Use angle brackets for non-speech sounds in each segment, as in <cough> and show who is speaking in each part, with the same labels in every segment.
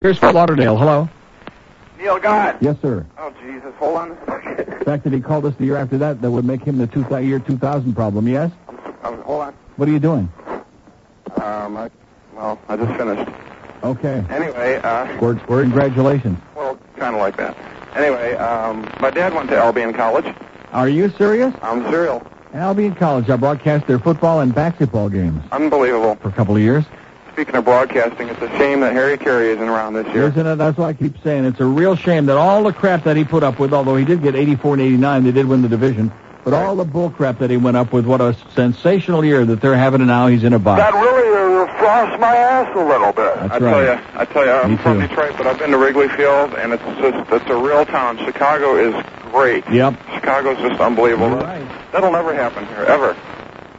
Speaker 1: Here's Fort Lauderdale. Hello.
Speaker 2: Neil God.
Speaker 3: Yes, sir.
Speaker 2: Oh, Jesus. Hold <laughs> on a second.
Speaker 3: The fact that he called us the year after that, that would make him the two thou- year 2000 problem, yes?
Speaker 2: I'm, I'm, Oh, hold on.
Speaker 3: What are you doing?
Speaker 2: Um, I, well, I just finished.
Speaker 3: Okay.
Speaker 2: Anyway, uh,
Speaker 3: Squirt, squirt. Congratulations.
Speaker 2: well, kind of like that. Anyway, um, my dad went to Albion College. Um,
Speaker 3: Are you serious?
Speaker 2: I'm serial.
Speaker 3: Albion College, I broadcast their football and basketball games
Speaker 2: Unbelievable.
Speaker 3: for a couple of years.
Speaker 2: Speaking of broadcasting, it's a shame that Harry Carey isn't around this year.
Speaker 3: Isn't it? That's why I keep saying it's a real shame that all the crap that he put up with, although he did get 84 and 89, they did win the division, but all the bull crap that he went up with, what a sensational year that they're having, and now he's in a box.
Speaker 2: That really uh, frosts my ass a little bit.
Speaker 3: That's
Speaker 2: I
Speaker 3: right.
Speaker 2: tell you, I tell you, I'm
Speaker 3: Me
Speaker 2: from
Speaker 3: too.
Speaker 2: Detroit, but I've been to Wrigley Field, and it's just it's a real town. Chicago is great.
Speaker 3: Yep.
Speaker 2: Chicago's just unbelievable.
Speaker 3: You're right.
Speaker 2: That'll never happen here, ever.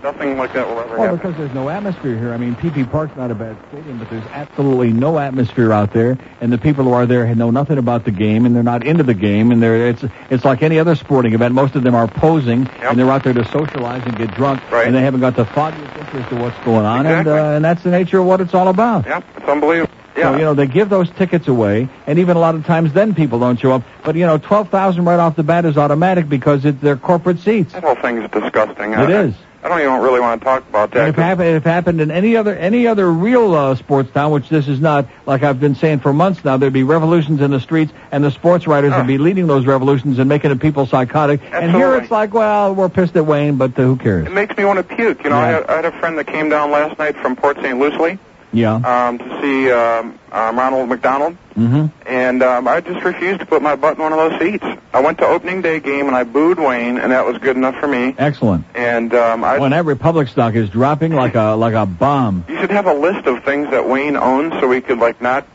Speaker 2: Nothing like that will ever
Speaker 3: Well,
Speaker 2: happen.
Speaker 3: because there's no atmosphere here. I mean, PP Park's not a bad stadium, but there's absolutely no atmosphere out there, and the people who are there know nothing about the game, and they're not into the game, and they're it's it's like any other sporting event. Most of them are posing, and they're out there to socialize and get drunk,
Speaker 2: Right.
Speaker 3: and they haven't got the foggiest interest in what's going on,
Speaker 2: Exactly.
Speaker 3: and uh, and that's the nature of what it's all about.
Speaker 2: Yeah, it's unbelievable. Yeah.
Speaker 3: So, you know, they give those tickets away, and even a lot of times then people don't show up. But, you know, 12,000 right off the bat is automatic because it's their corporate seats.
Speaker 2: that whole thing's disgusting.
Speaker 3: It is.
Speaker 2: I don't even really want to talk about
Speaker 3: And
Speaker 2: that.
Speaker 3: if, happen, if happened in any other any other real uh, sports town, which this is not, like I've been saying for months now, there'd be revolutions in the streets, and the sports writers
Speaker 2: Ah.
Speaker 3: would be leading those revolutions and making the people psychotic. And here
Speaker 2: Absolutely.
Speaker 3: it's like, well, we're pissed at Wayne, but uh, who cares?
Speaker 2: It makes me want to puke. You know, I,
Speaker 3: Yeah.
Speaker 2: had, I had a friend that came down last night from Port St. Lucie
Speaker 3: Yeah.
Speaker 2: um, to see um, um, Ronald McDonald.
Speaker 3: Mm-hmm.
Speaker 2: and um, I just refused to put my butt in one of those seats. I went to opening day game and I booed Wayne, and that was good enough for me.
Speaker 3: Excellent.
Speaker 2: And um, I,
Speaker 3: When that Republic stock is dropping like a like a bomb.
Speaker 2: you should have a list of things that Wayne owns so we could like not,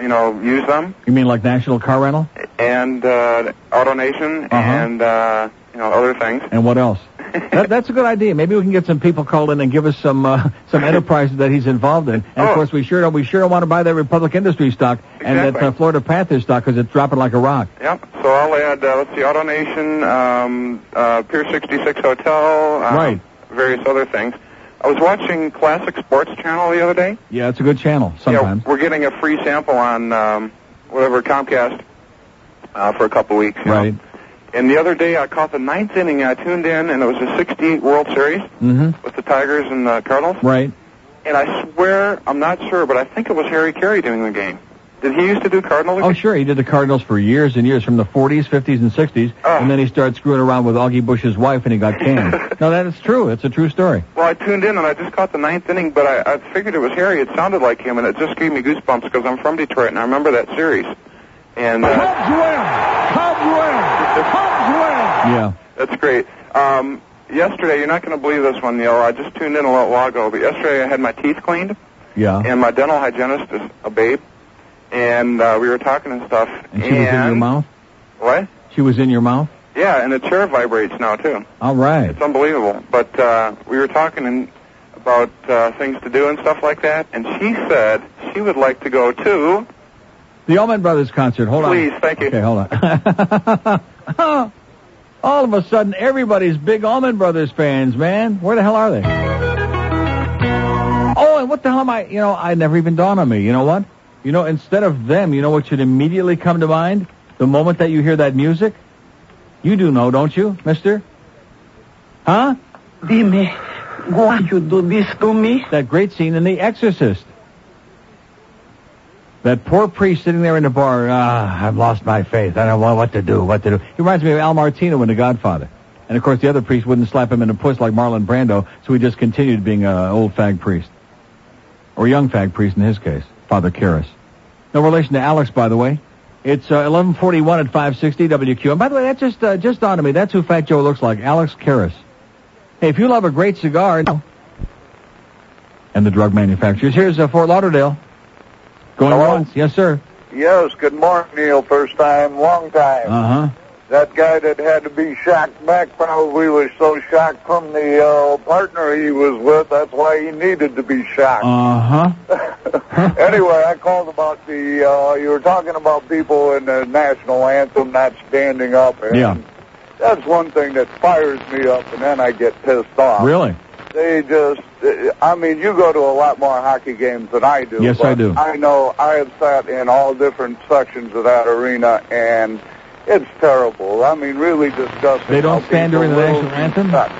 Speaker 2: you know, use them.
Speaker 3: You mean like National Car Rental?
Speaker 2: And uh, AutoNation
Speaker 3: Uh-huh.
Speaker 2: and uh, you know other things.
Speaker 3: And what
Speaker 2: <laughs>
Speaker 3: else? that, that's a good idea. Maybe we can get some people called in and give us some uh,
Speaker 2: <laughs>
Speaker 3: some enterprises that he's involved in. And of
Speaker 2: Oh.
Speaker 3: course, we sure don't we sure don't want to buy that Republic Industries stock and that
Speaker 2: Exactly.
Speaker 3: uh, Florida Panthers stock because it's dropping like a rock.
Speaker 2: Yep. So I'll add. Uh, let's see, AutoNation, um, uh, Pier 66 Hotel, um,
Speaker 3: Right.
Speaker 2: Various other things. I was watching Classic Sports Channel the other day.
Speaker 3: Yeah, it's a good channel sometimes.
Speaker 2: Yeah, we're getting a free sample on um, whatever Comcast uh, for a couple weeks. you know.
Speaker 3: Right.
Speaker 2: And the other day I caught the ninth inning. I tuned in, and it was the 68 World Series
Speaker 3: Mm-hmm.
Speaker 2: with the Tigers and the Cardinals.
Speaker 3: Right.
Speaker 2: And I swear, I'm not sure, but I think it was Harry Carey doing the game. Did he used to do Cardinals?
Speaker 3: Oh, sure. He did the Cardinals for years and years, from the 40s, 50s, and 60s,
Speaker 2: Oh.
Speaker 3: and then he started screwing around with Augie Bush's wife, and he got canned.
Speaker 2: <laughs>
Speaker 3: no, that is true. It's a true story.
Speaker 2: Well, I tuned in and I just caught the ninth inning, but I, I figured it was Harry. It sounded like him, and it just gave me goosebumps because I'm from Detroit and I remember that series. And uh,
Speaker 3: Yeah.
Speaker 2: That's great. Um, yesterday, you're not going to believe this one, Neil. I just tuned in a little while ago, but yesterday I had my teeth cleaned,
Speaker 3: Yeah.
Speaker 2: and my dental hygienist is a babe, and uh, we were talking and stuff.
Speaker 3: And she was in your
Speaker 2: and-
Speaker 3: mouth.
Speaker 2: What?
Speaker 3: She was in your mouth.
Speaker 2: Yeah, and the chair vibrates now too.
Speaker 3: All right.
Speaker 2: It's unbelievable. But uh, we were talking and about uh, things to do and stuff like that, and she said she would like to go to.
Speaker 3: The Allman Brothers concert. Hold on.
Speaker 2: Please, thank you.
Speaker 3: Okay, hold on. <laughs> All of a sudden, everybody's big Allman Brothers fans, man. Where the hell are they? Oh, and what the hell am I? You know, I never even dawned on me. You know what? You know, instead of them, you know what should immediately come to mind the moment that you hear that music. You do know, don't you, Mister? Huh?
Speaker 4: Dime, why you do this to me?
Speaker 3: that great scene in The Exorcist. That poor priest sitting there in the bar, ah, I've lost my faith. I don't know what to do, what to do. He reminds me of Al Martino in The Godfather. And of course, the other priest wouldn't slap him in the puss like Marlon Brando, so he just continued being an old fag priest. Or young fag priest in his case, Father Karras. No relation to Alex, by the way. It's uh, 1141 at 560 WQ. And by the way, that just, uh, just dawned on me. That's who Fat Joe looks like, Alex Karras. Hey, if you love a great cigar and the drug manufacturers. Here's uh, Fort Lauderdale. Going
Speaker 5: Hello?
Speaker 3: once. Yes, sir.
Speaker 5: Yes, good morning, Neil. First time, long time.
Speaker 3: Uh huh.
Speaker 5: that guy that had to be shocked back probably was so shocked from the uh, partner he was with. That's why he needed to be shocked.
Speaker 3: Uh huh.
Speaker 5: <laughs> anyway, I called about the, uh, you were talking about people in the national anthem not standing up. And
Speaker 3: Yeah.
Speaker 5: That's one thing that fires me up, and then I get pissed off.
Speaker 3: Really?
Speaker 5: They just, I mean, you go to a lot more hockey games than I do.
Speaker 3: Yes, I
Speaker 5: but
Speaker 3: do.
Speaker 5: I know I have sat in all different sections of that arena, and it's terrible. I mean, really disgusting.
Speaker 3: They don't
Speaker 5: how
Speaker 3: stand during the
Speaker 5: people
Speaker 3: national
Speaker 5: will
Speaker 3: anthem?
Speaker 5: suck.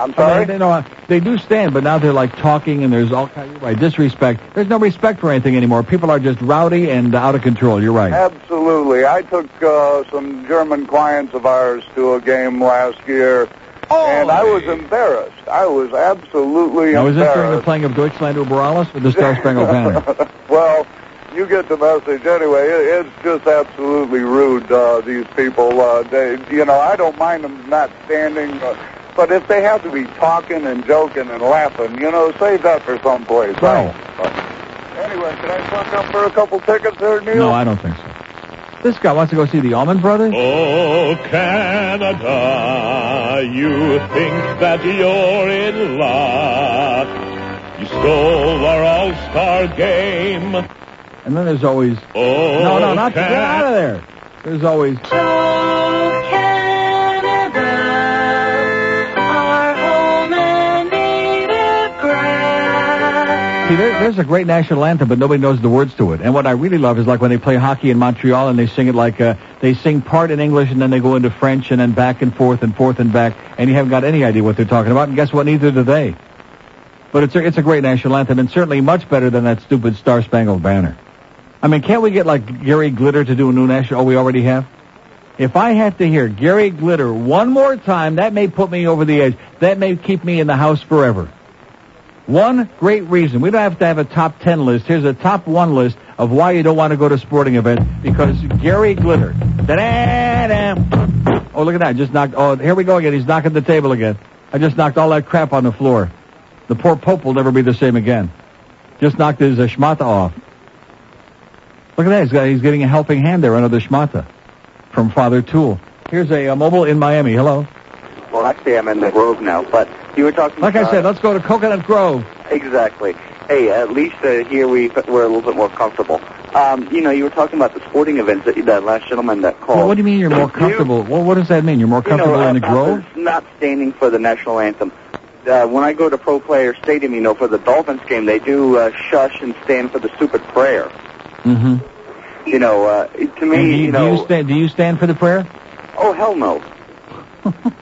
Speaker 5: I'm
Speaker 3: Well,
Speaker 5: sorry?
Speaker 3: They, they, know, they do stand, but now they're like talking, and there's all kind. You're right. Disrespect. There's no respect for anything anymore. People are just rowdy and out of control. You're right.
Speaker 5: Absolutely. I took uh, some German clients of ours to a game last year, and I was embarrassed. I was absolutely
Speaker 3: Now, is this during the
Speaker 5: embarrassed.
Speaker 3: playing of Deutschland over Morales or the Star Spangled Banner?
Speaker 5: well, you get the message anyway. It, it's just absolutely rude. Uh, these people, uh, they, you know, I don't mind them not standing, but, but if they have to be talking and joking and laughing, you know, save that for someplace.
Speaker 3: Right.
Speaker 5: Anyway, can I suck up for a couple tickets there, Neil?
Speaker 3: No, I don't think so. This guy wants to go see the Allman Brothers.
Speaker 6: Oh, Canada, you think that you're in luck. You stole our all-star game.
Speaker 3: And then there's always
Speaker 6: Oh,
Speaker 3: no, no, not get
Speaker 6: Canada.
Speaker 3: out of there. There's always See, there, there's a great national anthem, but nobody knows the words to it. And what I really love is like when they play hockey in Montreal and they sing it like uh, they sing part in English and then they go into French and then back and forth and forth and back, and you haven't got any idea what they're talking about. And guess what? Neither do they. But it's a, it's a great national anthem, and certainly much better than that stupid Star Spangled Banner. I mean, can't we get like Gary Glitter to do a new national? Oh, we already have. If I had to hear Gary Glitter one more time, that may put me over the edge. That may keep me in the house forever. One great reason. We don't have to have a top 10 list. Here's a top one list of why you don't want to go to sporting events because Gary Glitter. Da-da-da. Oh, look at that. Just knocked. Oh, here we go again. He's knocking the table again. I just knocked all that crap on the floor. The poor Pope will never be the same again. Just knocked his uh, schmata off. Look at that. He's, got, he's getting a helping hand there, another schmata from Father Tool. Here's a, uh mobile in Miami. Hello.
Speaker 7: Well, actually, I'm in the Grove now, but you were talking.
Speaker 3: Like I
Speaker 7: about-
Speaker 3: said, uh, let's go to Coconut Grove.
Speaker 7: exactly. Hey, at least uh, here we we're a little bit more comfortable. Um, you know, you were talking about the sporting events that that last gentleman that called.
Speaker 3: Well, what do you mean you're more comfortable? Well, what does that mean? You're more
Speaker 7: You know,
Speaker 3: comfortable in the
Speaker 7: uh,
Speaker 3: Grove?
Speaker 7: uh, Not standing for the national anthem. Uh, when I go to Pro Player Stadium, you know, for the Dolphins game, they do uh, shush and stand for the stupid prayer.
Speaker 3: Mm-hmm.
Speaker 7: You know, uh, to
Speaker 3: Do you,
Speaker 7: me, uh, you
Speaker 3: do,
Speaker 7: know,
Speaker 3: you stand, do you stand for the prayer?
Speaker 7: oh hell no.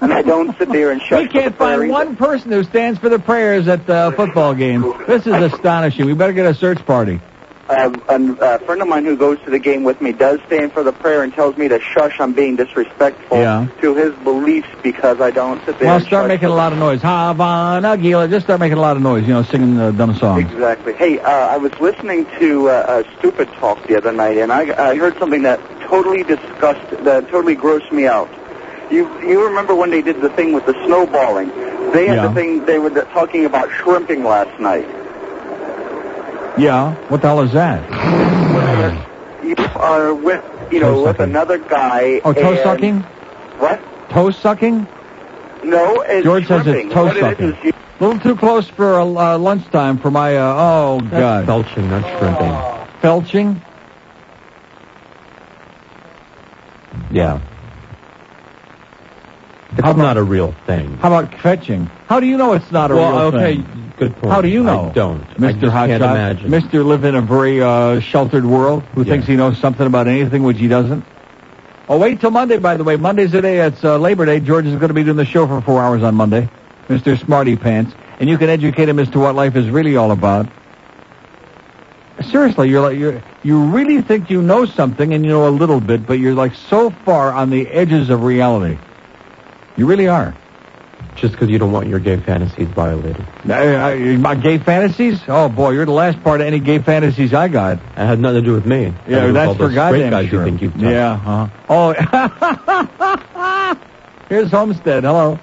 Speaker 7: and I don't sit there and shush.
Speaker 3: We
Speaker 7: for the
Speaker 3: can't
Speaker 7: prayer
Speaker 3: find
Speaker 7: either.
Speaker 3: one person who stands for the prayers at the football game. This is astonishing. We better get a search party.
Speaker 7: Uh, an- a friend of mine who goes to the game with me does stand for the prayer and tells me to shush. I'm being disrespectful
Speaker 3: Yeah.
Speaker 7: to his beliefs because I don't sit there.
Speaker 3: Well,
Speaker 7: and
Speaker 3: start
Speaker 7: shush
Speaker 3: making
Speaker 7: for
Speaker 3: a lot of noise. Havana, Gila. Just start making a lot of noise, you know, singing uh, dumb songs.
Speaker 7: Exactly. Hey, uh, I was listening to uh, uh, Stupid Talk the other night, and I, I heard something that totally disgust, that totally grossed me out. You you remember when they did the thing with the snowballing? They had
Speaker 3: Yeah.
Speaker 7: the thing they were talking about shrimping last night.
Speaker 3: Yeah. What the hell is that?
Speaker 7: You are with you know
Speaker 3: Toe
Speaker 7: with
Speaker 3: sucking.
Speaker 7: another guy.
Speaker 3: Oh, toe
Speaker 7: and-
Speaker 3: sucking?
Speaker 7: What?
Speaker 3: Toe sucking?
Speaker 7: No, it's
Speaker 3: George says
Speaker 7: shrimping.
Speaker 3: it's toe
Speaker 7: What it is
Speaker 3: sucking.
Speaker 7: is you-
Speaker 3: A little too close for uh, lunchtime for my, uh, oh, God.
Speaker 8: Belching, not shrimping.
Speaker 3: Felching?
Speaker 8: Yeah. It's not a real thing.
Speaker 3: How about fetching? How do you know it's not a
Speaker 8: well,
Speaker 3: real
Speaker 8: okay,
Speaker 3: thing?
Speaker 8: good point.
Speaker 3: How do you know?
Speaker 8: I don't. I
Speaker 3: Mr.
Speaker 8: just can't
Speaker 3: Hotshot,
Speaker 8: imagine.
Speaker 3: Mr. Live in a very uh, sheltered world, who
Speaker 8: Yeah.
Speaker 3: thinks he knows something about anything which he doesn't. Oh, wait till Monday, by the way. Monday's the day. It's uh, Labor Day. George is going to be doing the show for four hours on Monday, Mr. Smarty Pants, and you can educate him as to what life is really all about. Seriously, you're like you you really think you know something and you know a little bit, but you're like so far on the edges of reality. You really are.
Speaker 8: Just because you don't want your gay fantasies violated.
Speaker 3: I- I- Uh, My gay fantasies? Oh boy, you're the last part of any gay fantasies I got.
Speaker 8: It had nothing to do with me. It
Speaker 3: Yeah,
Speaker 8: was all
Speaker 3: that's
Speaker 8: those
Speaker 3: for goddamn
Speaker 8: straight guys
Speaker 3: sure.
Speaker 8: you think you've touched.
Speaker 3: yeah, huh? Oh, <laughs> here's Homestead. Hello,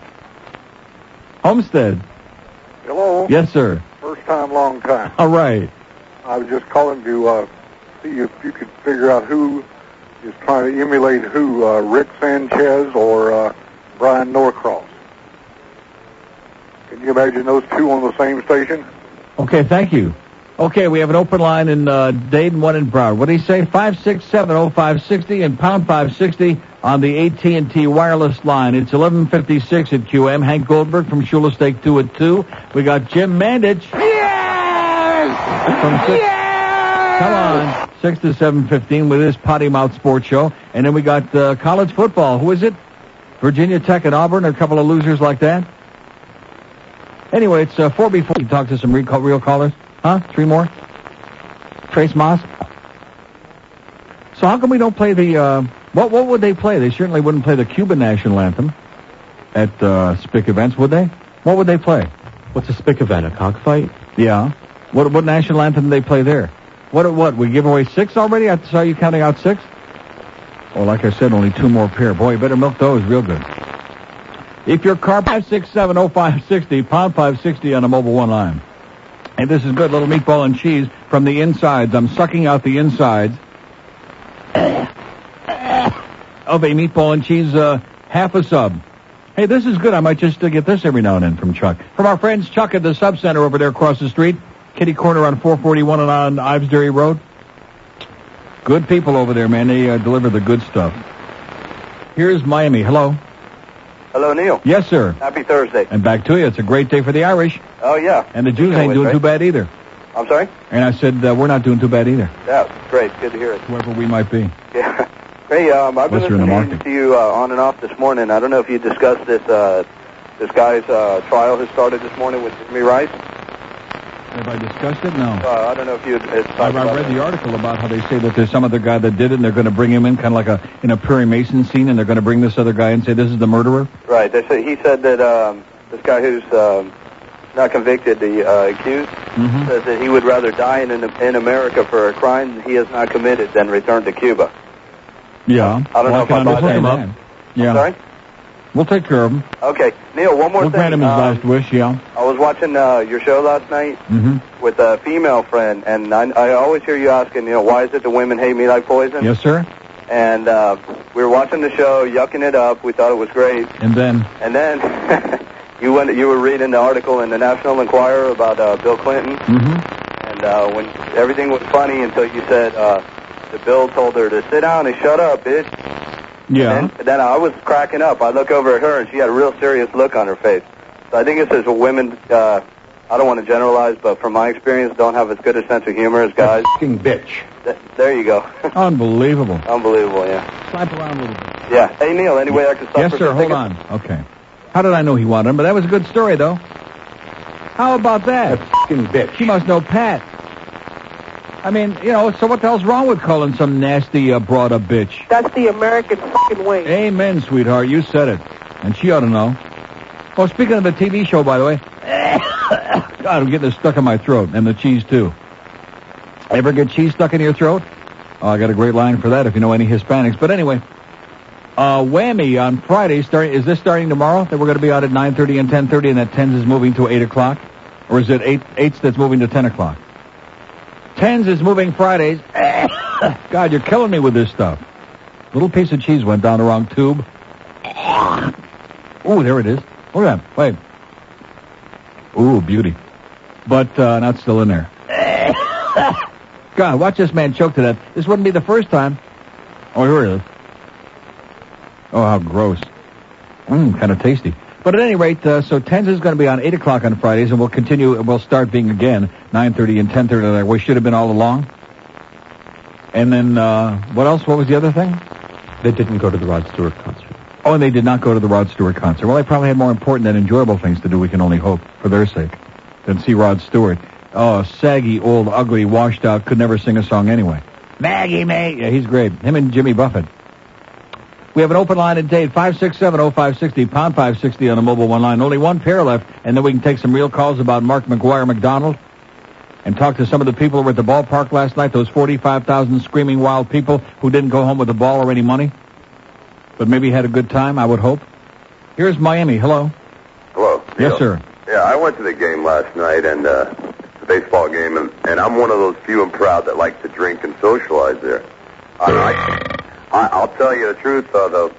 Speaker 3: Homestead.
Speaker 5: Hello.
Speaker 3: Yes, sir.
Speaker 5: First time, long time.
Speaker 3: All right.
Speaker 5: I was just calling to uh, see if you could figure out who is trying to emulate who, uh, Rick Sanchez or uh, Brian Norcross. Can you imagine those two on the same station?
Speaker 3: Okay, thank you. Okay, we have an open line in uh, Dade and one in Broward. What do you say? Five six seven oh five sixty and pound five sixty on the AT and T wireless line. It's eleven fifty six at QM. Hank Goldberg from Shula Steak two at two. We got Jim Mandich. From six, Come on, six to seven fifteen with his potty mouth sports show, and then we got uh, college football. Who is it? Virginia Tech and Auburn, or a couple of losers like that. Anyway, it's uh, four before. You talk to some real, real callers, huh? Three more. Trace Moss. So how come we don't play the? Uh, what what would they play? They certainly wouldn't play the Cuban national anthem at uh, SPIC events, would they? What would they play?
Speaker 8: What's a spick event? A cockfight?
Speaker 3: Yeah. What what national anthem do they play there? What what we give away six already? I saw you counting out six. Oh, like I said, only two more pair. Boy, you better milk those real good. If your car five six seven oh five sixty pound five sixty on a mobile one line, and this is good little meatball and cheese from the insides. I'm sucking out the insides of a meatball and cheese uh, half a sub. Hey, this is good. I might just uh, get this every now and then from Chuck. From our friends Chuck at the Sub Center over there across the street, Kitty Corner on 441 and on Ives Dairy Road. Good people over there, man. They uh, deliver the good stuff. Here's Miami. Hello.
Speaker 9: Hello, Neil.
Speaker 3: Yes, sir.
Speaker 9: Happy Thursday.
Speaker 3: And back to you. It's a great day for the Irish.
Speaker 9: Oh, yeah.
Speaker 3: And the Jews ain't doing too bad either.
Speaker 9: I'm sorry?
Speaker 3: And I said, uh, we're not doing too bad either,
Speaker 9: Yeah, great. Good to hear it. <laughs>
Speaker 3: whoever we might be.
Speaker 9: Yeah. Hey, um, I've been
Speaker 3: Unless you're in the
Speaker 9: listening to you uh, on and off this morning. I don't know if you discussed this uh, this guy's uh, trial has started this morning with Jimmy Rice.
Speaker 3: Have I discussed it? No.
Speaker 9: Uh, I don't know if you had
Speaker 3: I, I read the article about how they say that there's some other guy that did it, and they're going to bring him in, kind of like a in a Perry Mason scene, and they're going to bring this other guy and say this is the murderer.
Speaker 9: Right. They said he said that um, this guy who's um, not convicted, the uh, accused,
Speaker 3: Mm-hmm.
Speaker 9: says that he would rather die in in America for a crime he has not committed than return to Cuba.
Speaker 3: Yeah.
Speaker 9: I don't know if I
Speaker 3: can't
Speaker 9: bought
Speaker 3: look
Speaker 9: that.
Speaker 3: him up. Yeah.
Speaker 9: Sorry.
Speaker 3: We'll take care of him.
Speaker 9: Okay, Neil. One more
Speaker 3: We'll
Speaker 9: thing.
Speaker 3: grant him his
Speaker 9: Um,
Speaker 3: last wish. Yeah.
Speaker 9: I was watching uh, your show last night
Speaker 3: hmm
Speaker 9: with a female friend, and I, I always hear you asking, you know, why is it the women hate me like poison?
Speaker 3: Yes, sir.
Speaker 9: And uh, we were watching the show, yucking it up. We thought it was great,
Speaker 3: And then
Speaker 9: and then <laughs> you went, you were reading the article in the National Enquirer about uh, Bill Clinton, <laughs>
Speaker 3: mm-hmm.
Speaker 9: and uh, when everything was funny until you said uh, the Bill told her to sit down and shut up, bitch.
Speaker 3: yeah.
Speaker 9: And then, then I was cracking up. I look over at her, and she had a real serious look on her face. So I think it's as women, uh, I don't want to generalize, but from my experience, don't have as good a sense of humor as guys.
Speaker 10: Fucking bitch.
Speaker 9: Th- there you go.
Speaker 3: Unbelievable.
Speaker 9: Unbelievable, yeah.
Speaker 3: Slap around a little bit.
Speaker 9: Yeah. Hey, Neil, any way I could stop
Speaker 3: Yes, sir. Hold on. Okay. How did I know he wanted him? But that was a good story, though. How about that?
Speaker 10: Fucking bitch.
Speaker 3: She must know Pat. I mean, you know, so what the hell's wrong with calling some nasty uh, broad a bitch?
Speaker 11: That's the American fucking way.
Speaker 3: Amen, sweetheart. You said it. And she ought to know. Oh, speaking of the TV show, by the way, <coughs> God, I'm getting this stuck in my throat, and the cheese, too. Ever get cheese stuck in your throat? Oh, I got a great line for that if you know any Hispanics. But anyway, uh, Whammy on Friday, start, is this starting tomorrow? That we're going to be out at 9.30 and 10.30, and that 10s is moving to 8 o'clock? Or is it 8, 8s that's moving to 10 o'clock? 10s is moving Fridays. <coughs> God, you're killing me with this stuff. Little piece of cheese went down the wrong tube. <coughs> Ooh, there it is. Look at that. Wait. Ooh, beauty. But uh, not still in there. <coughs> God, watch this man choke to death. This wouldn't be the first time. Oh, here it is. Oh, how gross. Mmm, kind of tasty. But at any rate, uh, so Tens is going to be on 8 o'clock on Fridays, and we'll continue, we'll start being again 9.30 and 10.30 that we should have been all along. And then, uh, what else? What was the other thing?
Speaker 8: They didn't go to the Rod Stewart concert.
Speaker 3: Oh, and they did not go to the Rod Stewart concert. Well, they probably had more important and enjoyable things to do, we can only hope, for their sake, than see Rod Stewart. Oh, saggy, old, ugly, washed out, could never sing a song anyway. Maggie May. Yeah, he's great. Him and Jimmy Buffett. We have an open line at date, 5670560, pound 560 on the mobile one line. Only one pair left, and then we can take some real calls about Mark McGuire McDonald and talk to some of the people who were at the ballpark last night, those 45,000 screaming wild people who didn't go home with the ball or any money but maybe had a good time, I would hope. Here's Miami. Hello.
Speaker 12: Hello.
Speaker 3: Yes, sir.
Speaker 12: Yeah, I went to the game last night and uh, the baseball game, and, and I'm one of those few and proud that like to drink and socialize there. I, I, I I'll tell you the truth, uh, the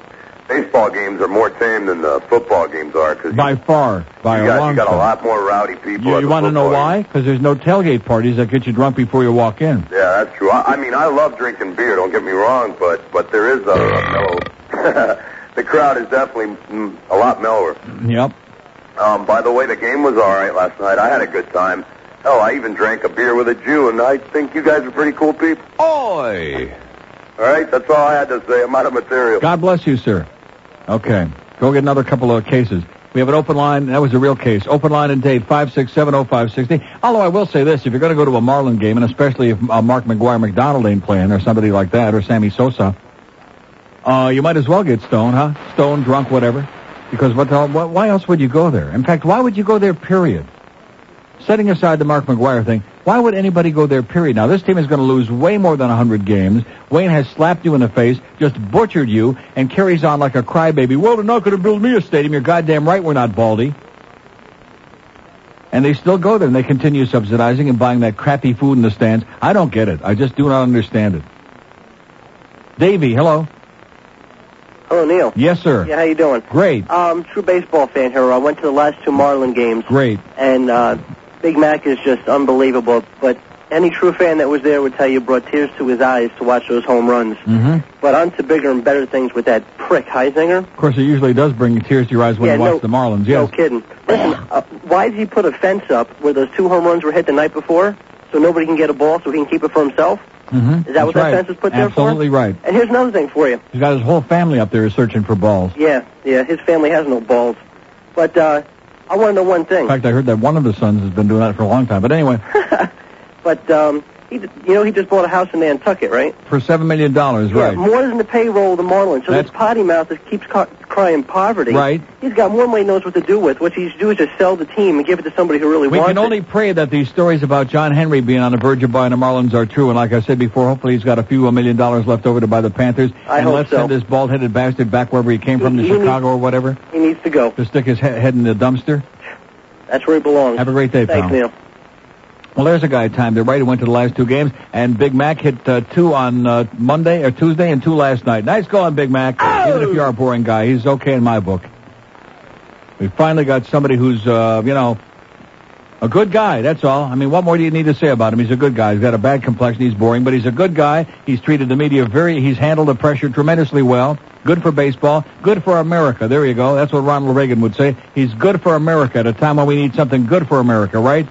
Speaker 12: baseball games are more tame than the football games are because
Speaker 3: By far, by
Speaker 12: you
Speaker 3: a
Speaker 12: got,
Speaker 3: long
Speaker 12: you got a
Speaker 3: shot.
Speaker 12: lot more rowdy people.
Speaker 3: You,
Speaker 12: at
Speaker 3: you
Speaker 12: the
Speaker 3: want to know
Speaker 12: football
Speaker 3: why? Because there's no tailgate parties that get you drunk before you walk in.
Speaker 12: Yeah, that's true. I, I mean, I love drinking beer. Don't get me wrong, but but there is a, a mellow. <laughs> the crowd is definitely mm, a lot mellower.
Speaker 3: Yep.
Speaker 12: Um, by the way, the game was all right last night. I had a good time. Hell, I even drank a beer with a Jew, and I think you guys are pretty cool people. Oi! All right, that's all I had to say. I'm out of material.
Speaker 3: God bless you, sir. Okay. Go get another couple of cases. We have an open line. That was a real case. Open line and date 5670560. Although I will say this, if you're going to go to a Marlin game, and especially if uh, Mark McGuire McDonald ain't playing or somebody like that or Sammy Sosa, uh, you might as well get stoned, huh? Stoned, drunk, whatever. Because what the, wh- why else would you go there? In fact, why would you go there, period? Setting aside the Mark McGuire thing, why would anybody go there, period? Now, this team is going to lose way more than 100 games. Wayne has slapped you in the face, just butchered you, and carries on like a crybaby. Well, they're not going to build me a stadium. You're goddamn right we're not, Baldy. And they still go there, and they continue subsidizing and buying that crappy food in the stands. I don't get it. I just do not understand it. Davey, hello.
Speaker 10: Hello, Neil.
Speaker 3: Yes, sir.
Speaker 10: Yeah, how you doing?
Speaker 3: Great.
Speaker 10: Um, true baseball fan here. I went to the last two Marlin games,
Speaker 3: Great.
Speaker 10: and uh, Big Mac is just unbelievable. But any true fan that was there would tell you it brought tears to his eyes to watch those home runs.
Speaker 3: Mm-hmm.
Speaker 10: But on to bigger and better things with that prick Heisinger.
Speaker 3: Of course, it usually does bring tears to your eyes when
Speaker 10: Yeah,
Speaker 3: you watch
Speaker 10: no-
Speaker 3: the Marlins.
Speaker 10: No
Speaker 3: Yes.
Speaker 10: kidding. Listen, uh, why did he put a fence up where those two home runs were hit the night before, so nobody can get a ball, so he can keep it for himself?
Speaker 3: Mm-hmm.
Speaker 10: Is that what that fence was put there for?
Speaker 3: Absolutely right.
Speaker 10: And here's another thing for you.
Speaker 3: He's got his whole family up there searching for balls.
Speaker 10: Yeah, yeah, his family has no balls. But uh, I want to know one thing.
Speaker 3: In fact, I heard that one of the sons has been doing that for a long time. But anyway,
Speaker 10: But um, he, d- you know, he just bought a house in Nantucket, right?
Speaker 3: for seven million dollars,
Speaker 10: Yeah,
Speaker 3: right?
Speaker 10: more than the payroll of the Marlins. So this potty mouth that keeps ca- crying poverty.
Speaker 3: Right.
Speaker 10: He's got more money than he knows what to do with. What he should do is just sell the team and give it to somebody who really
Speaker 3: We
Speaker 10: wants
Speaker 3: can only pray that these stories about John Henry being on the verge of buying the Marlins are true. And like I said before, hopefully he's got a few million dollars left over to buy the Panthers.
Speaker 10: I
Speaker 3: and
Speaker 10: hope
Speaker 3: let's
Speaker 10: so.
Speaker 3: send this bald-headed bastard back wherever he came from, to
Speaker 10: He- he needs-
Speaker 3: Chicago or whatever,
Speaker 10: it. He needs to go.
Speaker 3: to stick his he- head in the dumpster.
Speaker 10: That's where he belongs.
Speaker 3: Have a great day,
Speaker 10: Thanks,
Speaker 3: pal.
Speaker 10: Neil.
Speaker 3: Well, there's a guy timed it right. He went to the last two games, and Big Mac hit uh, two on uh, Monday or Tuesday and two last night. Nice going, Big Mac. Even if you are a boring guy, he's okay in my book. We finally got somebody who's, uh, you know, a good guy. That's all. I mean, what more do you need to say about him? He's a good guy. He's got a bad complexion. He's boring, but he's a good guy. He's treated the media very. He's handled the pressure tremendously well. Good for baseball. Good for America. There you go. That's what Ronald Reagan would say. He's good for America at a time when we need something good for America, right?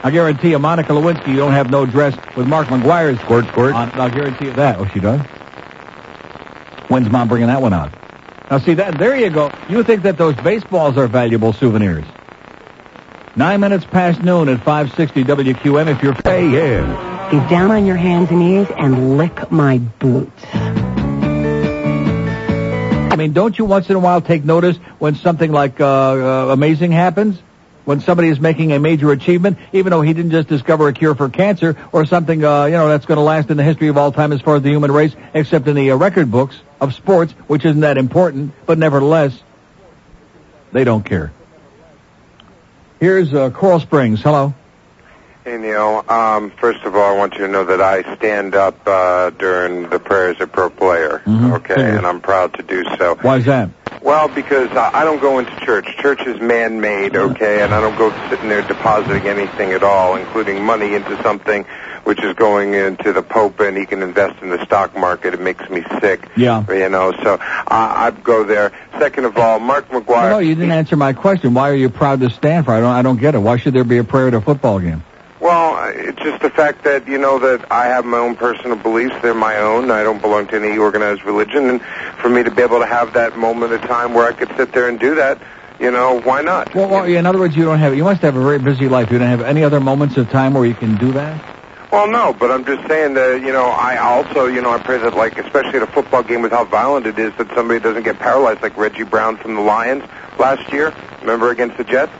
Speaker 3: I guarantee you, Monica Lewinsky, you don't have no dress with Mark McGuire's squirt, squirt. On, I'll guarantee you that. Oh, she does. When's mom bringing that one out? Now, see that? There you go. You think that those baseballs are valuable souvenirs? Nine minutes past noon at 560 WQM. If you're hey, yeah.
Speaker 13: Get down on your hands and knees and lick my boots.
Speaker 3: I mean, don't you once in a while take notice when something like uh, uh, amazing happens? When somebody is making a major achievement, even though he didn't just discover a cure for cancer or something, uh, you know, that's going to last in the history of all time as far as the human race, except in the uh, record books of sports, which isn't that important, but nevertheless, they don't care. Here's uh, Coral Springs. Hello.
Speaker 14: Hey Neil, um, first of all, I want you to know that I stand up uh, during the prayers of pro player. Okay, and I'm proud to do so.
Speaker 3: Why's that?
Speaker 14: Well, because I I don't go into church. Church is man-made, okay, and I don't go sitting there depositing anything at all, including money into something which is going into the Pope and he can invest in the stock market. It makes me sick,
Speaker 3: Yeah.
Speaker 14: you know. So I, I'd go there. Second of all, Mark McGuire.
Speaker 3: No, you didn't answer my question. Why are you proud to stand for? it? I don't. I don't get it. Why should there be a prayer at a football game?
Speaker 14: Well, I- it's just the fact that you know that I have my own personal beliefs. They're my own. I don't belong to any organized religion, and for me to be able to have that moment of time where I could sit there and do that, you know, why not?
Speaker 3: Well, well, in other words, you don't have. You must have a very busy life. You don't have any other moments of time where you can do that.
Speaker 14: Well, no, but I'm just saying that you know I also you know I pray that like especially at a football game with how violent it is that somebody doesn't get paralyzed like Reggie Brown from the Lions last year. Remember against the Jets?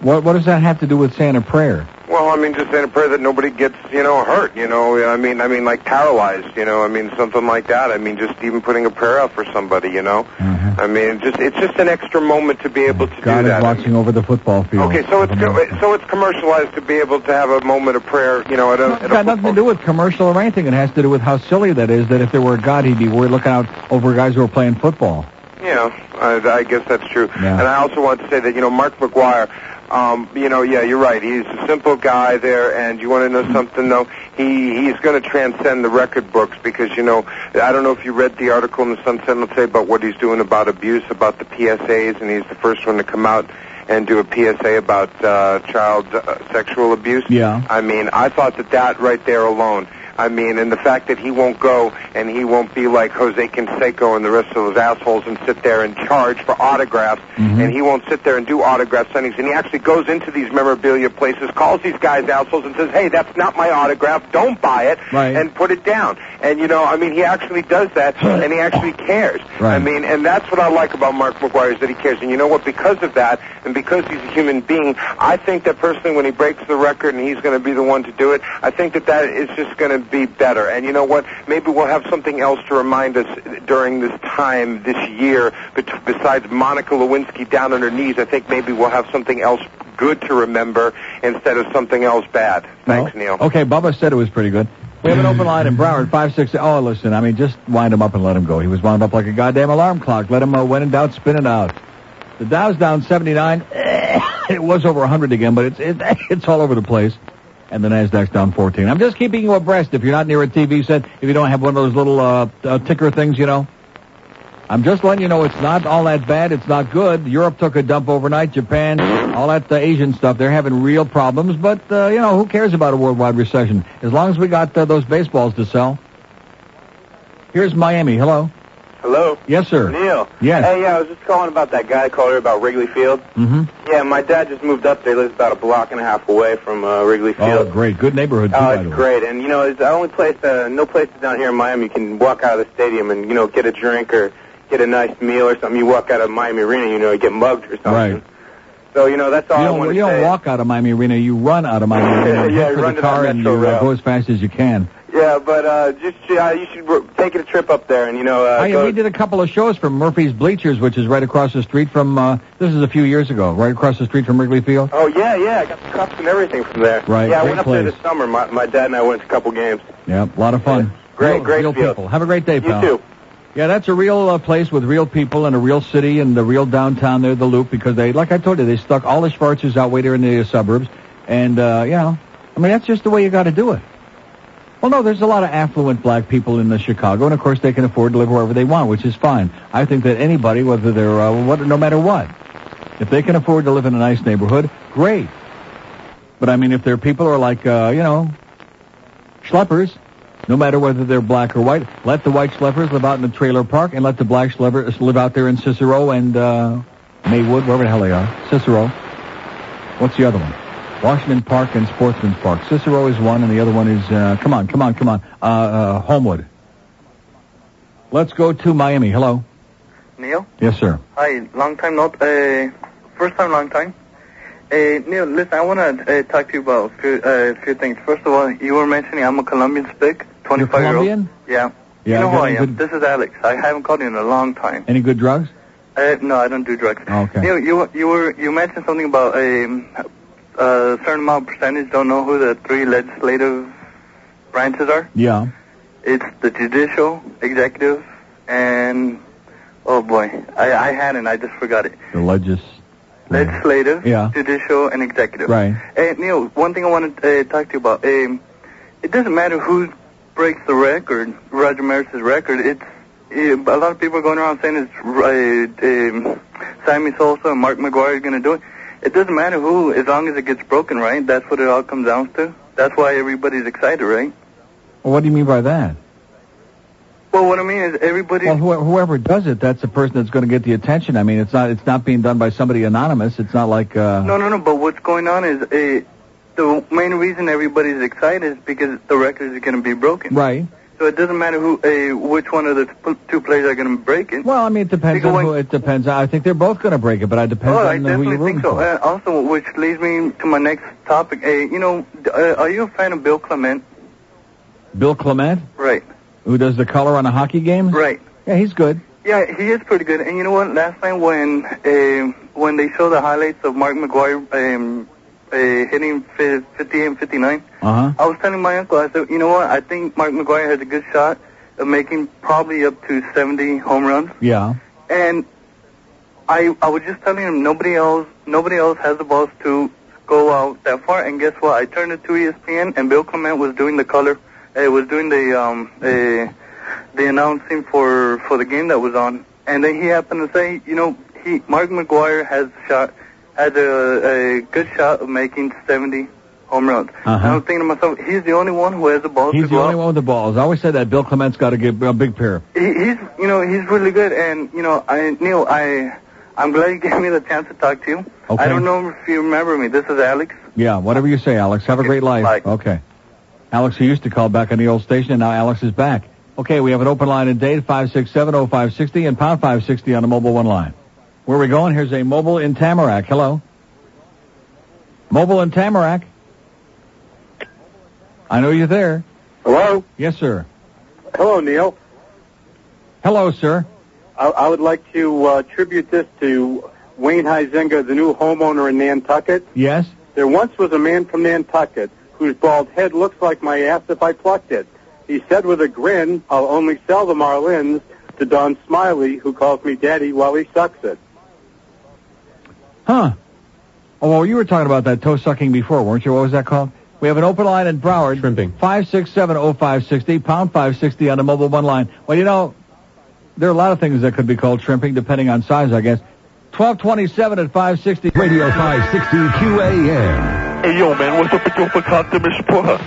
Speaker 3: What What does that have to do with saying a prayer?
Speaker 14: Well, I mean, just saying a prayer that nobody gets, you know, hurt. You know, I mean, I mean, like paralyzed. You know, I mean, something like that. I mean, just even putting a prayer out for somebody. You know, I mean, just it's just an extra moment to be able to
Speaker 3: God
Speaker 14: Mm-hmm. do
Speaker 3: is
Speaker 14: that.
Speaker 3: watching over the football field.
Speaker 14: Okay, so it's co- so it's commercialized to be able to have a moment of prayer, you know, at a,
Speaker 3: It's
Speaker 14: at a
Speaker 3: got nothing to do with commercial or anything. It has to do with how silly that is. That if there were a God, he'd be worried looking out over guys who are playing football.
Speaker 14: Yeah, I, I guess that's true. And I also want to say that you know Mark McGuire, um, you know, yeah, you're right. He's a simple guy there, and you want to know something though? He he's going to transcend the record books because you know I don't know if you read the article in the Sun Sentinel today about what he's doing about abuse, about the PSAs, and he's the first one to come out and do a PSA about uh, child uh, sexual abuse.
Speaker 3: Yeah.
Speaker 14: I mean, I thought that that right there alone. I mean, and the fact that he won't go and he won't be like Jose Canseco and the rest of those assholes and sit there and charge for autographs, and he won't sit there and do autograph signings. And he actually goes into these memorabilia places, calls these guys assholes, and says, "Hey, that's not my autograph. Don't buy it,"
Speaker 3: Right.
Speaker 14: and put it down. And you know, I mean, he actually does that, and he actually cares.
Speaker 3: Right.
Speaker 14: I mean, and that's what I like about Mark McGuire is that he cares. And you know what? Because of that, and because he's a human being, I think that personally, when he breaks the record and he's going to be the one to do it, I think that that is just going to be better. And you know what? Maybe we'll have something else to remind us during this time this year. But besides Monica Lewinsky down on her knees, I think maybe we'll have something else good to remember instead of something else bad. Thanks, Neil.
Speaker 3: Oh. Okay, Bubba said it was pretty good. We have an open line in Broward, five six. Oh, listen, I mean, just wind him up and let him go. He was wound up like a goddamn alarm clock. Let him, uh, when in doubt, spin it out. The Dow's down 79. <coughs> it was over 100 again, but it's it, <laughs> it's all over the place. And the Nasdaq's down 14. I'm just keeping you abreast. If you're not near a TV set, if you don't have one of those little uh, uh, ticker things, you know. I'm just letting you know it's not all that bad. It's not good. Europe took a dump overnight. Japan, all that uh, Asian stuff. They're having real problems. But uh, you know, who cares about a worldwide recession? As long as we got uh, those baseballs to sell. Here's Miami. Hello.
Speaker 15: Hello.
Speaker 3: Yes, sir.
Speaker 15: Neil.
Speaker 3: Yes.
Speaker 15: Hey, yeah, I was just calling about that guy I called her about Wrigley Field.
Speaker 3: Mm-hmm.
Speaker 15: Yeah, my dad just moved up there. Lives about a block and a half away from uh, Wrigley
Speaker 3: Oh,
Speaker 15: Field.
Speaker 3: great. Good neighborhood. Too,
Speaker 15: Oh,
Speaker 3: by the
Speaker 15: it's
Speaker 3: way.
Speaker 15: great. And you know, it's the only place, uh, no places down here in Miami you can walk out of the stadium and you know get a drink or get a nice meal or something. You walk out of Miami Arena, you know, you get mugged or something.
Speaker 3: Right.
Speaker 15: So you know, that's all
Speaker 3: You
Speaker 15: I
Speaker 3: don't,
Speaker 15: want to
Speaker 3: you
Speaker 15: say.
Speaker 3: don't walk out of Miami Arena. You run out of Miami Arena.
Speaker 15: <laughs> Yeah,
Speaker 3: Head
Speaker 15: you
Speaker 3: for
Speaker 15: run
Speaker 3: the
Speaker 15: to that
Speaker 3: car and
Speaker 15: metro
Speaker 3: you uh,
Speaker 15: rail.
Speaker 3: go as fast as you can.
Speaker 15: Yeah, but uh, just yeah, you should r- take a trip up there and you know. Uh,
Speaker 3: I,
Speaker 15: go
Speaker 3: we did a couple of shows from Murphy's Bleachers, which is right across the street from. Uh, this is a few years ago, right across the street from Wrigley Field.
Speaker 15: Oh yeah, yeah. I got the cups and everything from there.
Speaker 3: Right,
Speaker 15: Yeah, I
Speaker 3: great
Speaker 15: went up there
Speaker 3: place.
Speaker 15: this summer. My, my dad and I went to a couple games.
Speaker 3: Yeah, a lot of fun.
Speaker 15: Great,
Speaker 3: Real-
Speaker 15: great
Speaker 3: real
Speaker 15: field.
Speaker 3: people. Have a great day, pal.
Speaker 15: too.
Speaker 3: Yeah, that's a real uh, place with real people and a real city and the real downtown there, the Loop, because they, like I told you, they stuck all the Schwarzes out way there in the uh, suburbs, and uh, you know, I mean that's just the way you got to do it. Well, no, there's a lot of affluent black people in uh, Chicago, and of course they can afford to live wherever they want, which is fine. I think that anybody, whether they're uh, what, no matter what, if they can afford to live in a nice neighborhood, great. But I mean, if their people are like, uh, you know, schleppers, no matter whether they're black or white, let the white schleppers live out in the trailer park and let the black schleppers live out there in Cicero and uh, Maywood, wherever the hell they are. Cicero. What's the other one? Washington Park and Sportsman's Park. Cicero is one, and the other one is uh, come on, come on, come on, uh, uh, Homewood. Let's go to Miami. Hello.
Speaker 16: Neil?
Speaker 3: Yes, sir.
Speaker 16: Hi, long time not. Uh, first time, long time. Uh, Neil, listen, I want to uh, talk to you about a few, uh, few things. First of all, you were mentioning I'm a Colombian spick, 25 year old.
Speaker 3: Colombian?
Speaker 16: Yeah.
Speaker 3: Yeah,
Speaker 16: you know who I
Speaker 3: very
Speaker 16: am. This is Alex. I haven't called you in a long time.
Speaker 3: Any good drugs?
Speaker 16: Uh, no, I don't do drugs.
Speaker 3: Okay.
Speaker 16: Neil, you you were you mentioned something about um, a certain amount of percentage. Don't know who the three legislative branches are.
Speaker 3: Yeah.
Speaker 16: It's the judicial, executive, and oh boy, I, I had it, and I just forgot it.
Speaker 3: The legis.
Speaker 16: Legislative,
Speaker 3: Yeah.
Speaker 16: judicial, and executive.
Speaker 3: Right.
Speaker 16: Hey Neil, one thing I want to uh, talk to you about. Um, it doesn't matter who breaks the record, Roger Maris's record. It's uh, a lot of people are going around saying it's uh, um, Sammy Sosa and Mark McGuire are going to do it. It doesn't matter who, as long as it gets broken, right? That's what it all comes down to. That's why everybody's excited, right?
Speaker 3: Well, what do you mean by that?
Speaker 16: Well, what I mean is everybody.
Speaker 3: Well, whoe- whoever does it, that's the person that's going to get the attention. I mean, it's not it's not being done by somebody anonymous. It's not like uh,
Speaker 16: No, no, no. But what's going on is uh, the main reason everybody's excited is because the record is going to be broken.
Speaker 3: right.
Speaker 16: So it doesn't matter who, uh, which one of the t- two players are going to break it.
Speaker 3: Well, I mean, it depends on who. It depends. on- I think they're both going to break it, but it depends
Speaker 16: oh, I
Speaker 3: on who
Speaker 16: definitely
Speaker 3: you're rooting
Speaker 16: think so.
Speaker 3: for.
Speaker 16: Uh, also, which leads me to my next topic. Uh, you know, d- uh, are you a fan of Bill Clement?
Speaker 3: Bill Clement,
Speaker 16: Right.
Speaker 3: who does the color on a hockey game.
Speaker 16: Right.
Speaker 3: Yeah, he's good.
Speaker 16: Yeah, he is pretty good. And you know what? Last night when um when they show the highlights of Mark McGuire um, uh, hitting fi 50 and 59,
Speaker 3: Uh
Speaker 16: I was telling my uncle, I said, you know what? I think Mark McGuire has a good shot of making probably up to 70 home runs.
Speaker 3: Yeah.
Speaker 16: And I I was just telling him nobody else nobody else has the balls to go out that far. And guess what? I turned it to E ESPN, and Bill Clement was doing the color. It was doing the um uh, the announcing for for the game that was on. And then he happened to say, you know, he Mark McGuire has shot has a, a good shot of making 70 home runs.
Speaker 17: Uh-huh.
Speaker 16: And I was thinking to myself, he's the only one who has the balls to
Speaker 3: Uh-huh. He's
Speaker 16: go
Speaker 3: the
Speaker 16: out
Speaker 3: only one with the balls. I always said that Bill Clement's got to get a big pair.
Speaker 16: he, he's you know he's really good and you know I Neil I I'm glad you gave me the chance to talk to you. I don't know if you remember me. This is Alex.
Speaker 3: Yeah, whatever you say, Alex. Have a great life. Okay. Alex, who used to call back on the old station, and now Alex is back. Okay, we have an open line in Dade, 5670560 and pound 560 on the mobile one line. Where are we going? Here's a mobile in Tamarack. Hello. Mobile in Tamarack. I know you're there.
Speaker 18: Hello.
Speaker 3: Yes, sir.
Speaker 18: Hello, Neil.
Speaker 3: Hello, sir.
Speaker 18: I, I would like to uh, attribute this to Wayne Huizenga, the new homeowner in Nantucket.
Speaker 3: Yes?
Speaker 18: There once was a man from Nantucket whose bald head looks like my ass if I plucked it. He said with a grin, I'll only sell the Marlins to Don Smiley, who calls me daddy while he sucks it.
Speaker 3: Huh. Oh, well, you were talking about that toe sucking before, weren't you? What was that called? We have an open line in Broward. Shrimping. 5670560, pound 560 on the mobile one line. Well, you know, there are a lot of things that could be called shrimping, depending on size, I guess. 1227 at 560. Radio 560 QAM.
Speaker 19: Hey, yo, man, what's up with your customer support?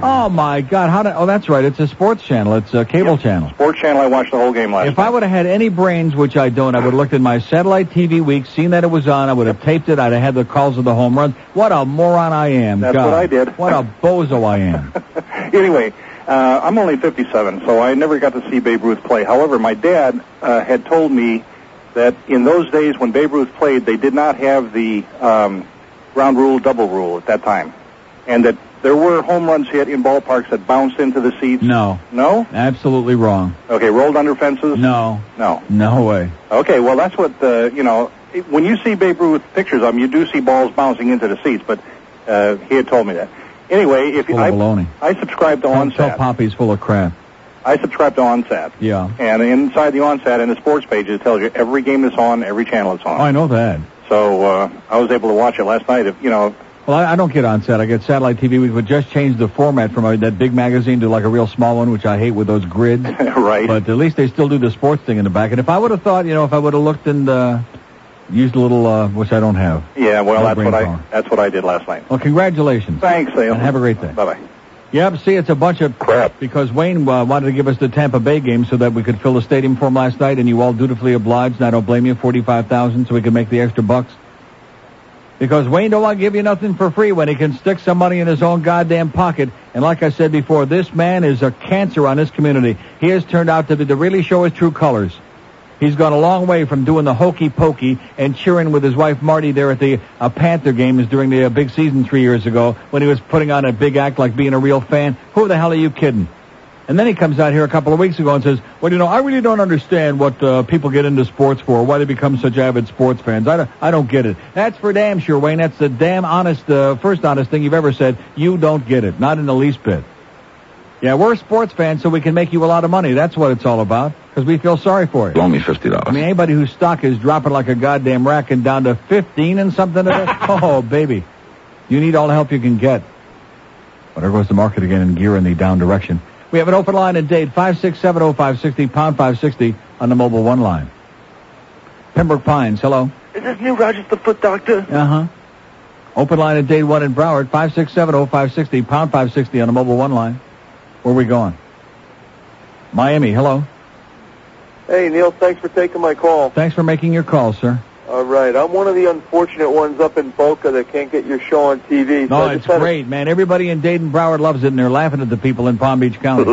Speaker 3: Oh, my God. How did, oh, that's right. It's a sports channel. It's a cable channel.
Speaker 20: Sports Channel, I watched the whole game last
Speaker 3: If I would have had any brains, which I don't, I would have looked at my satellite TV week, seen that it was on, I would have taped it, I'd have had the calls of the home runs. What a moron I am.
Speaker 20: That's
Speaker 3: God.
Speaker 20: what I did.
Speaker 3: What
Speaker 20: <laughs>
Speaker 3: a bozo I am.
Speaker 20: Anyway, uh, I'm only 57, so I never got to see Babe Ruth play. However, my dad uh, had told me that in those days when Babe Ruth played, they did not have the um, round rule, double rule at that time, and that there were home runs hit in ballparks that bounced into the seats.
Speaker 3: No.
Speaker 20: No?
Speaker 3: Absolutely wrong.
Speaker 20: Okay, rolled under fences.
Speaker 3: No.
Speaker 20: No.
Speaker 3: No way.
Speaker 20: Okay, well that's what uh, you know. it- When you see Babe Ruth pictures of him, you do see balls bouncing into the seats. But uh, he had told me that. Anyway, if
Speaker 3: Full
Speaker 20: I,
Speaker 3: of baloney.
Speaker 20: I subscribe to
Speaker 3: Don't tell
Speaker 20: OnSat.
Speaker 3: Poppy's full of crap.
Speaker 20: I subscribe to OnSat.
Speaker 3: Yeah.
Speaker 20: And inside the OnSat in the sports page, it tells you every game that's on, every channel it's
Speaker 3: Oh,
Speaker 20: on.
Speaker 3: I know that.
Speaker 20: So uh, I was able to watch it last night. If you know,
Speaker 3: Well, I, I don't get on set. I get satellite TV. We would just change the format from uh that big magazine to like a real small one, which I hate with those grids.
Speaker 20: <laughs> right.
Speaker 3: But at least they still do the sports thing in the back. And if I would have thought, you know, if I would have looked and uh, used a little, uh, which I don't have.
Speaker 20: yeah. Well,
Speaker 3: No
Speaker 20: that's what
Speaker 3: brainpower.
Speaker 20: I that's what I did last night.
Speaker 3: Well, congratulations.
Speaker 20: Thanks, Sam.
Speaker 3: And have a great day.
Speaker 20: Bye bye.
Speaker 3: Yep, see, it's a bunch of crap because Wayne uh, wanted to give us the Tampa Bay game so that we could fill the stadium for him last night, and you all dutifully obliged, and I don't blame you, 45000 so we could make the extra bucks. Because Wayne don't want to give you nothing for free when he can stick some money in his own goddamn pocket. And like I said before, this man is a cancer on this community. He has turned out to be to really show his true colors. He's gone a long way from doing the hokey pokey and cheering with his wife Marty there at the uh, Panther games during the uh, big season three years ago when he was putting on a big act like being a real fan. Who the hell are you kidding? And then he comes out here a couple of weeks ago and says, "Well, you know, I really don't understand what uh, people get into sports for, why they become such avid sports fans. I don't, I don't get it. That's for damn sure, Wayne. That's the damn honest, uh, first honest thing you've ever said. You don't get it, not in the least bit. Yeah, we're sports fans, so we can make you a lot of money. That's what it's all about, because we feel sorry for you.
Speaker 21: Only fifty dollars.
Speaker 3: I mean, anybody whose stock is dropping like a goddamn rack and down to 15 and something today? oh, baby. You need all the help you can get. But there goes the market again in gear in the down direction. We have an open line at date 5670560, pound 560 on the mobile one line. Pembroke Pines, hello.
Speaker 22: Is this Neil Rogers, the foot doctor?
Speaker 3: Uh huh. Open line at date one in Broward, 5670560, pound 560 on the mobile one line. Where are we going? Miami, hello.
Speaker 17: Hey, Neil, thanks for taking my call.
Speaker 3: Thanks for making your call, sir.
Speaker 17: All right, I'm one of the unfortunate ones up in Boca that can't get your show on TV.
Speaker 3: No,
Speaker 17: I
Speaker 3: Oh, it's
Speaker 17: just had a-
Speaker 3: great, man. Everybody in Dayton Broward loves it, and they're laughing at the people in Palm Beach County.
Speaker 17: <laughs>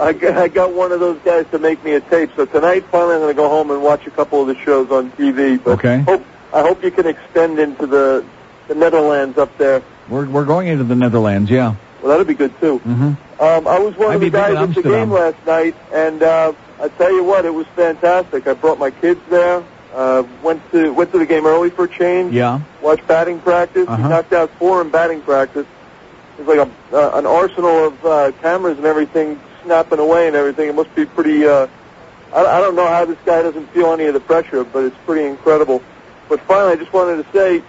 Speaker 17: <laughs> I got, I got one of those guys to make me a tape, so tonight finally I'm going to go home and watch a couple of the shows on TV. But
Speaker 3: Okay.
Speaker 17: hope, I hope you can extend into the, the Netherlands up there.
Speaker 3: We're we're going into the Netherlands, yeah.
Speaker 17: Well, that'll be good too.
Speaker 3: hmm
Speaker 17: Um, I was one
Speaker 3: I'd
Speaker 17: of
Speaker 3: be
Speaker 17: the
Speaker 3: big in
Speaker 17: guys at the
Speaker 3: Amsterdam.
Speaker 17: game last night, and uh, I tell you what, it was fantastic. I brought my kids there. Uh, went to went to the game early for a change.
Speaker 3: Yeah.
Speaker 17: Watched batting practice. He knocked out four in batting practice. It was like a, uh, an arsenal of uh, cameras and everything snapping away and everything. It must be pretty. Uh, I, I don't know how this guy doesn't feel any of the pressure, but it's pretty incredible. But finally, I just wanted to say,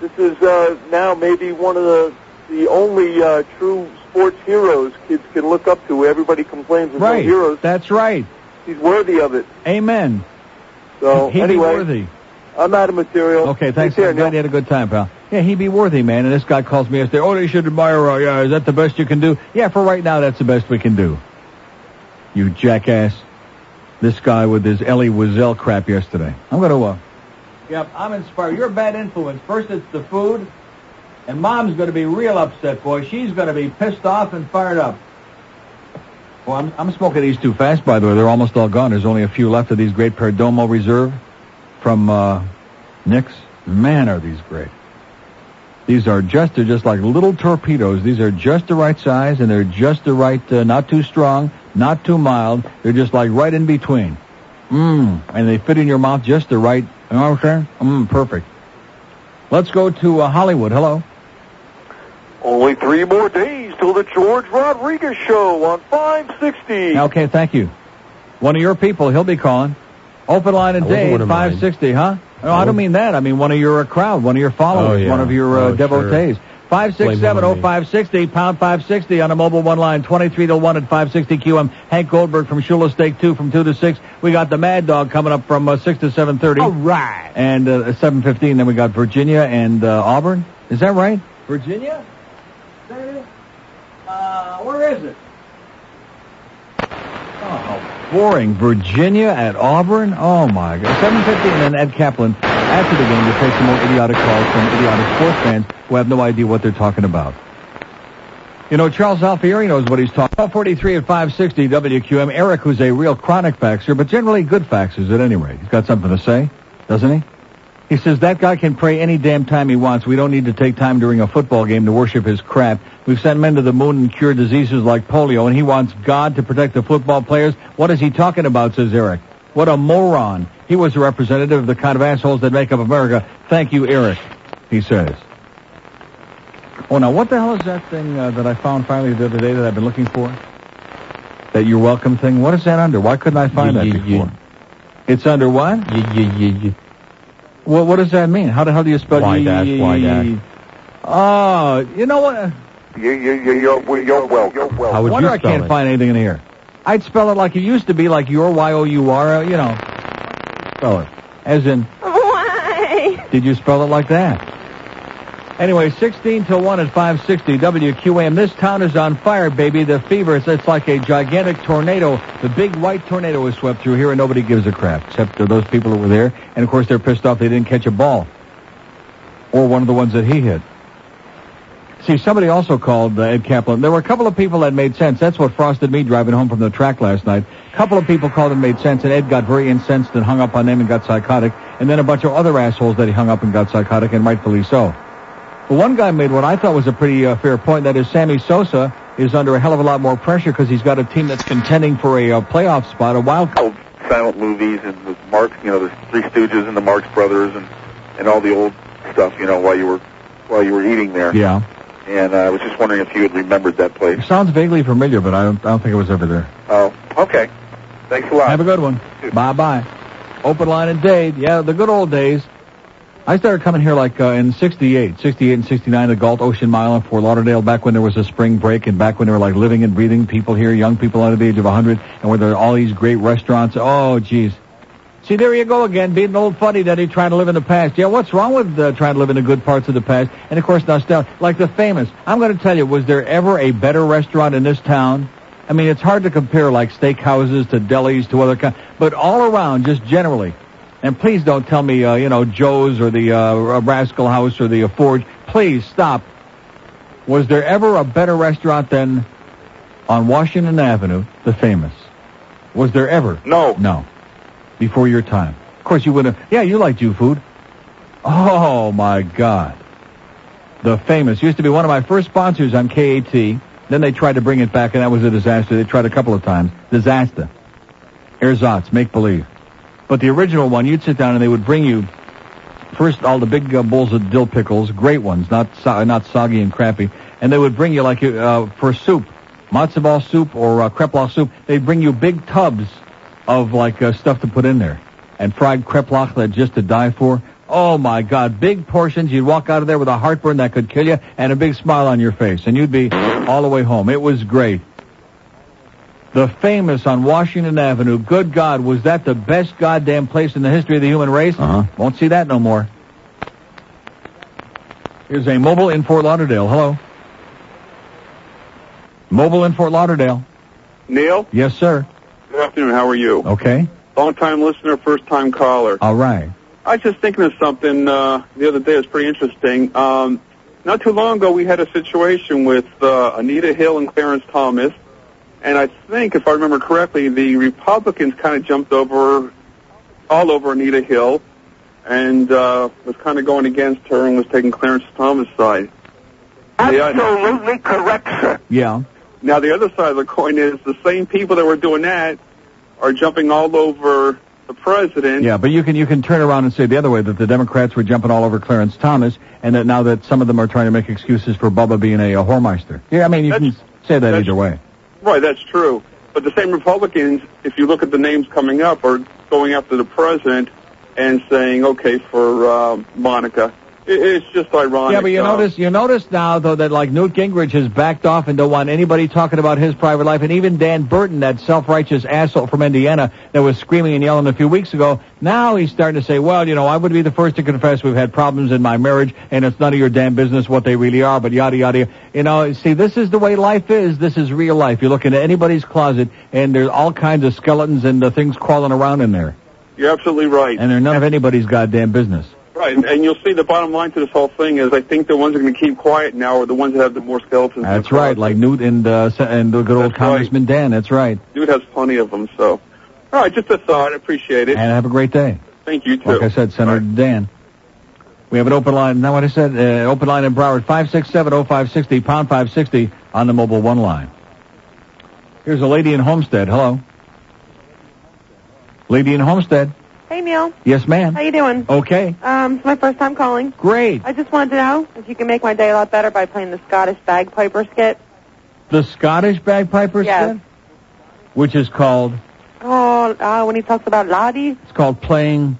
Speaker 17: this is uh, now maybe one of the the only uh, true sports heroes kids can look up to. Everybody complains of
Speaker 3: Right.
Speaker 17: no heroes.
Speaker 3: That's right.
Speaker 17: He's worthy of it.
Speaker 3: Amen.
Speaker 17: So
Speaker 3: He'd
Speaker 17: anyway,
Speaker 3: be worthy.
Speaker 17: I'm out of material.
Speaker 3: Okay, thanks. I'm glad you had a good time, pal. Yeah, he'd be worthy, man. And this guy calls me yesterday. Oh, they should admire. Uh, yeah, is that the best you can do? Yeah, for right now, that's the best we can do. You jackass. This guy with his Ellie Wiesel crap yesterday. I'm gonna. Uh, Yep, I'm inspired. You're a bad influence. First, it's the food, and Mom's going to be real upset, boy. She's going to be pissed off and fired up. Well, I'm, I'm smoking these too fast, by the way. They're almost all gone. There's only a few left of these great Perdomo Reserve from uh, Nix. Man, are these great. These are just, they're just like little torpedoes. These are just the right size, and they're just the right, uh, not too strong, not too mild. They're just like right in between. Mmm, and they fit in your mouth just the right, you know what I'm saying? Mmm, perfect. Let's go to uh, Hollywood. Hello.
Speaker 18: Only three more days till the George Rodriguez show on 560.
Speaker 3: Okay, thank you. One of your people, he'll be calling. Open line
Speaker 23: wasn't
Speaker 3: today
Speaker 23: one
Speaker 3: at
Speaker 23: of mine.
Speaker 3: 560, huh? No, I don't mean that. I mean one of your uh, crowd, one of your followers,
Speaker 23: Oh, yeah.
Speaker 3: one of your uh,
Speaker 23: Oh, sure.
Speaker 3: devotees. Five six seven oh five sixty pound five sixty on a mobile one line twenty three to one at five sixty QM. Hank Goldberg from Shula Steak two from two to six. We got the Mad Dog coming up from uh, six to seven thirty. All right. And uh, seven fifteen. Then we got Virginia and uh, Auburn. Is that right? Virginia? Is that it? Uh, where is it? Boring. Virginia at Auburn? Oh, my God. 750 and then Ed Kaplan after the game to take some more idiotic calls from idiotic sports fans who have no idea what they're talking about. You know, Charles Alfieri knows what he's talking about. 43 at 560 WQM. Eric, who's a real chronic faxer, but generally good faxers at any rate. He's got something to say, doesn't he? He says that guy can pray any damn time he wants. We don't need to take time during a football game to worship his crap. We've sent men to the moon and cured diseases like polio, and he wants God to protect the football players. What is he talking about, says Eric? What a moron. He was a representative of the kind of assholes that make up America. Thank you, Eric, he says. Oh, now what the hell is that thing uh, that I found finally the other day that I've been looking for? That you're welcome thing? What is that under? Why couldn't I find that before? It's under what? Well, what does that mean? How the hell do you spell
Speaker 5: Why
Speaker 3: ye-
Speaker 5: that, why that?
Speaker 3: Oh, you know what?
Speaker 5: You, you, you, you're, well, you're welcome. You're welcome.
Speaker 3: Wonder I can't find anything in here. I'd spell it like it used to be, like your Y O U R. You know, spell it as in.
Speaker 13: Why?
Speaker 3: Did you spell it like that? Anyway, 16 to 1 at 560 WQAM. This town is on fire, baby. The fever, it's, it's like a gigantic tornado. The big white tornado was swept through here, and nobody gives a crap, except for those people who were there. And, of course, they're pissed off they didn't catch a ball. Or one of the ones that he hit. See, somebody also called uh, Ed Kaplan. There were a couple of people that made sense. That's what frosted me driving home from the track last night. A couple of people called and made sense, and Ed got very incensed and hung up on them and got psychotic. And then a bunch of other assholes that he hung up and got psychotic, and rightfully so. But one guy made what I thought was a pretty uh, fair point. That is, Sammy Sosa is under a hell of a lot more pressure because he's got a team that's contending for a uh, playoff spot, a wild card.
Speaker 18: Silent movies and the Marx, you know, the Three Stooges and the Marx Brothers and and all the old stuff, you know, while you were while you were eating there.
Speaker 3: Yeah.
Speaker 18: And uh, I was just wondering if you had remembered that place.
Speaker 3: It sounds vaguely familiar, but I don't, I don't think it was ever there.
Speaker 18: Oh, okay. Thanks a lot.
Speaker 3: Have a good one. Bye bye. Open line in Dade. Yeah, the good old days. I started coming here like uh, in 68, 68 and 69, the Galt Ocean Mile in Fort Lauderdale, back when there was a spring break and back when there were like living and breathing people here, young people under the age of 100, and where there are all these great restaurants. Oh, geez. See, there you go again, being an old funny that he trying to live in the past. Yeah, what's wrong with uh, trying to live in the good parts of the past? And of course, nostalgia. Like the famous. I'm going to tell you, was there ever a better restaurant in this town? I mean, it's hard to compare like steakhouses to delis to other kind, but all around, just generally. And please don't tell me, uh, you know, Joe's or the uh, Rascal House or the uh, Forge. Please stop. Was there ever a better restaurant than on Washington Avenue, the famous? Was there ever?
Speaker 18: No.
Speaker 3: No. Before your time. Of course you wouldn't. Yeah, you like Jew food. Oh my God. The famous used to be one of my first sponsors on KAT. Then they tried to bring it back, and that was a disaster. They tried a couple of times. Disaster. ersatz, make believe. But the original one, you'd sit down and they would bring you first all the big uh, bowls of dill pickles, great ones, not so- not soggy and crappy, and they would bring you like uh, for soup, matzo ball soup or uh, kreplach soup. They'd bring you big tubs of like uh, stuff to put in there, and fried kreplach that just to die for. Oh my God, big portions. You'd walk out of there with a heartburn that could kill you, and a big smile on your face, and you'd be all the way home. It was great. The famous on Washington Avenue. Good God, was that the best goddamn place in the history of the human race? Uh-huh. Won't see that no more. Here's a mobile in Fort Lauderdale. Hello. Mobile in Fort Lauderdale.
Speaker 24: Neil,
Speaker 3: Yes, sir.
Speaker 24: good afternoon. How are you?
Speaker 3: Okay.
Speaker 24: Long time listener, first time caller.
Speaker 3: All right.
Speaker 24: I was just thinking of something uh, the other day. It's pretty interesting. Um, not too long ago, we had a situation with uh, Anita Hill and Clarence Thomas, and I think, if I remember correctly, the Republicans kind of jumped over, all over Anita Hill, and uh, was kind of going against her and was taking Clarence Thomas' side. Absolutely correct, sir.
Speaker 3: Yeah.
Speaker 24: Now the other side of the coin is the same people that were doing that are jumping all over the president.
Speaker 3: Yeah, but you can you can turn around and say the other way that the Democrats were jumping all over Clarence Thomas, and that now that some of them are trying to make excuses for Bubba being a, uh whoremeister. Yeah, I mean you can say that either way.
Speaker 24: Right, that's true. But the same Republicans, if you look at the names coming up, are going after the president and saying, okay, for uh, Monica. It, it's just ironic.
Speaker 3: Yeah, but you
Speaker 24: uh,
Speaker 3: notice you notice now though that like Newt Gingrich has backed off and don't want anybody talking about his private life, and even Dan Burton, that self-righteous asshole from Indiana that was screaming and yelling a few weeks ago, now he's starting to say, well, you know, I would be the first to confess we've had problems in my marriage, and it's none of your damn business what they really are, but yada yada. You know, see, this is the way life is. This is real life. You look into anybody's closet, and there's all kinds of skeletons and uh, things crawling around in there,
Speaker 24: You're absolutely right.
Speaker 3: and they're none of anybody's goddamn business.
Speaker 24: Right, and you'll see the bottom line to this whole thing is I think the ones that are going to keep quiet now are the ones that have the more skeletons.
Speaker 3: That's right, like Newt and uh, Sa- and the good old Congressman Dan. That's right.
Speaker 24: Dude has plenty of them, so. All right, just a thought. I appreciate it.
Speaker 3: And have a great day.
Speaker 24: Thank you, too.
Speaker 3: Like I said, Senator Dan. We have an open line. Now what I said, uh, open line in Broward, 5670560, pound 560 on the mobile one line. Here's a lady in Homestead. Hello. Lady in Homestead.
Speaker 11: Hey, Neil.
Speaker 3: Yes, ma'am.
Speaker 11: How you doing?
Speaker 3: Okay.
Speaker 11: Um, it's my first time calling.
Speaker 3: Great.
Speaker 11: I just wanted to know if you can make my day a lot better by playing the Scottish bagpiper skit.
Speaker 3: The Scottish bagpiper
Speaker 11: Yes.
Speaker 3: said, which is called,
Speaker 11: Oh, uh, when he talks about Lottie
Speaker 3: it's called playing.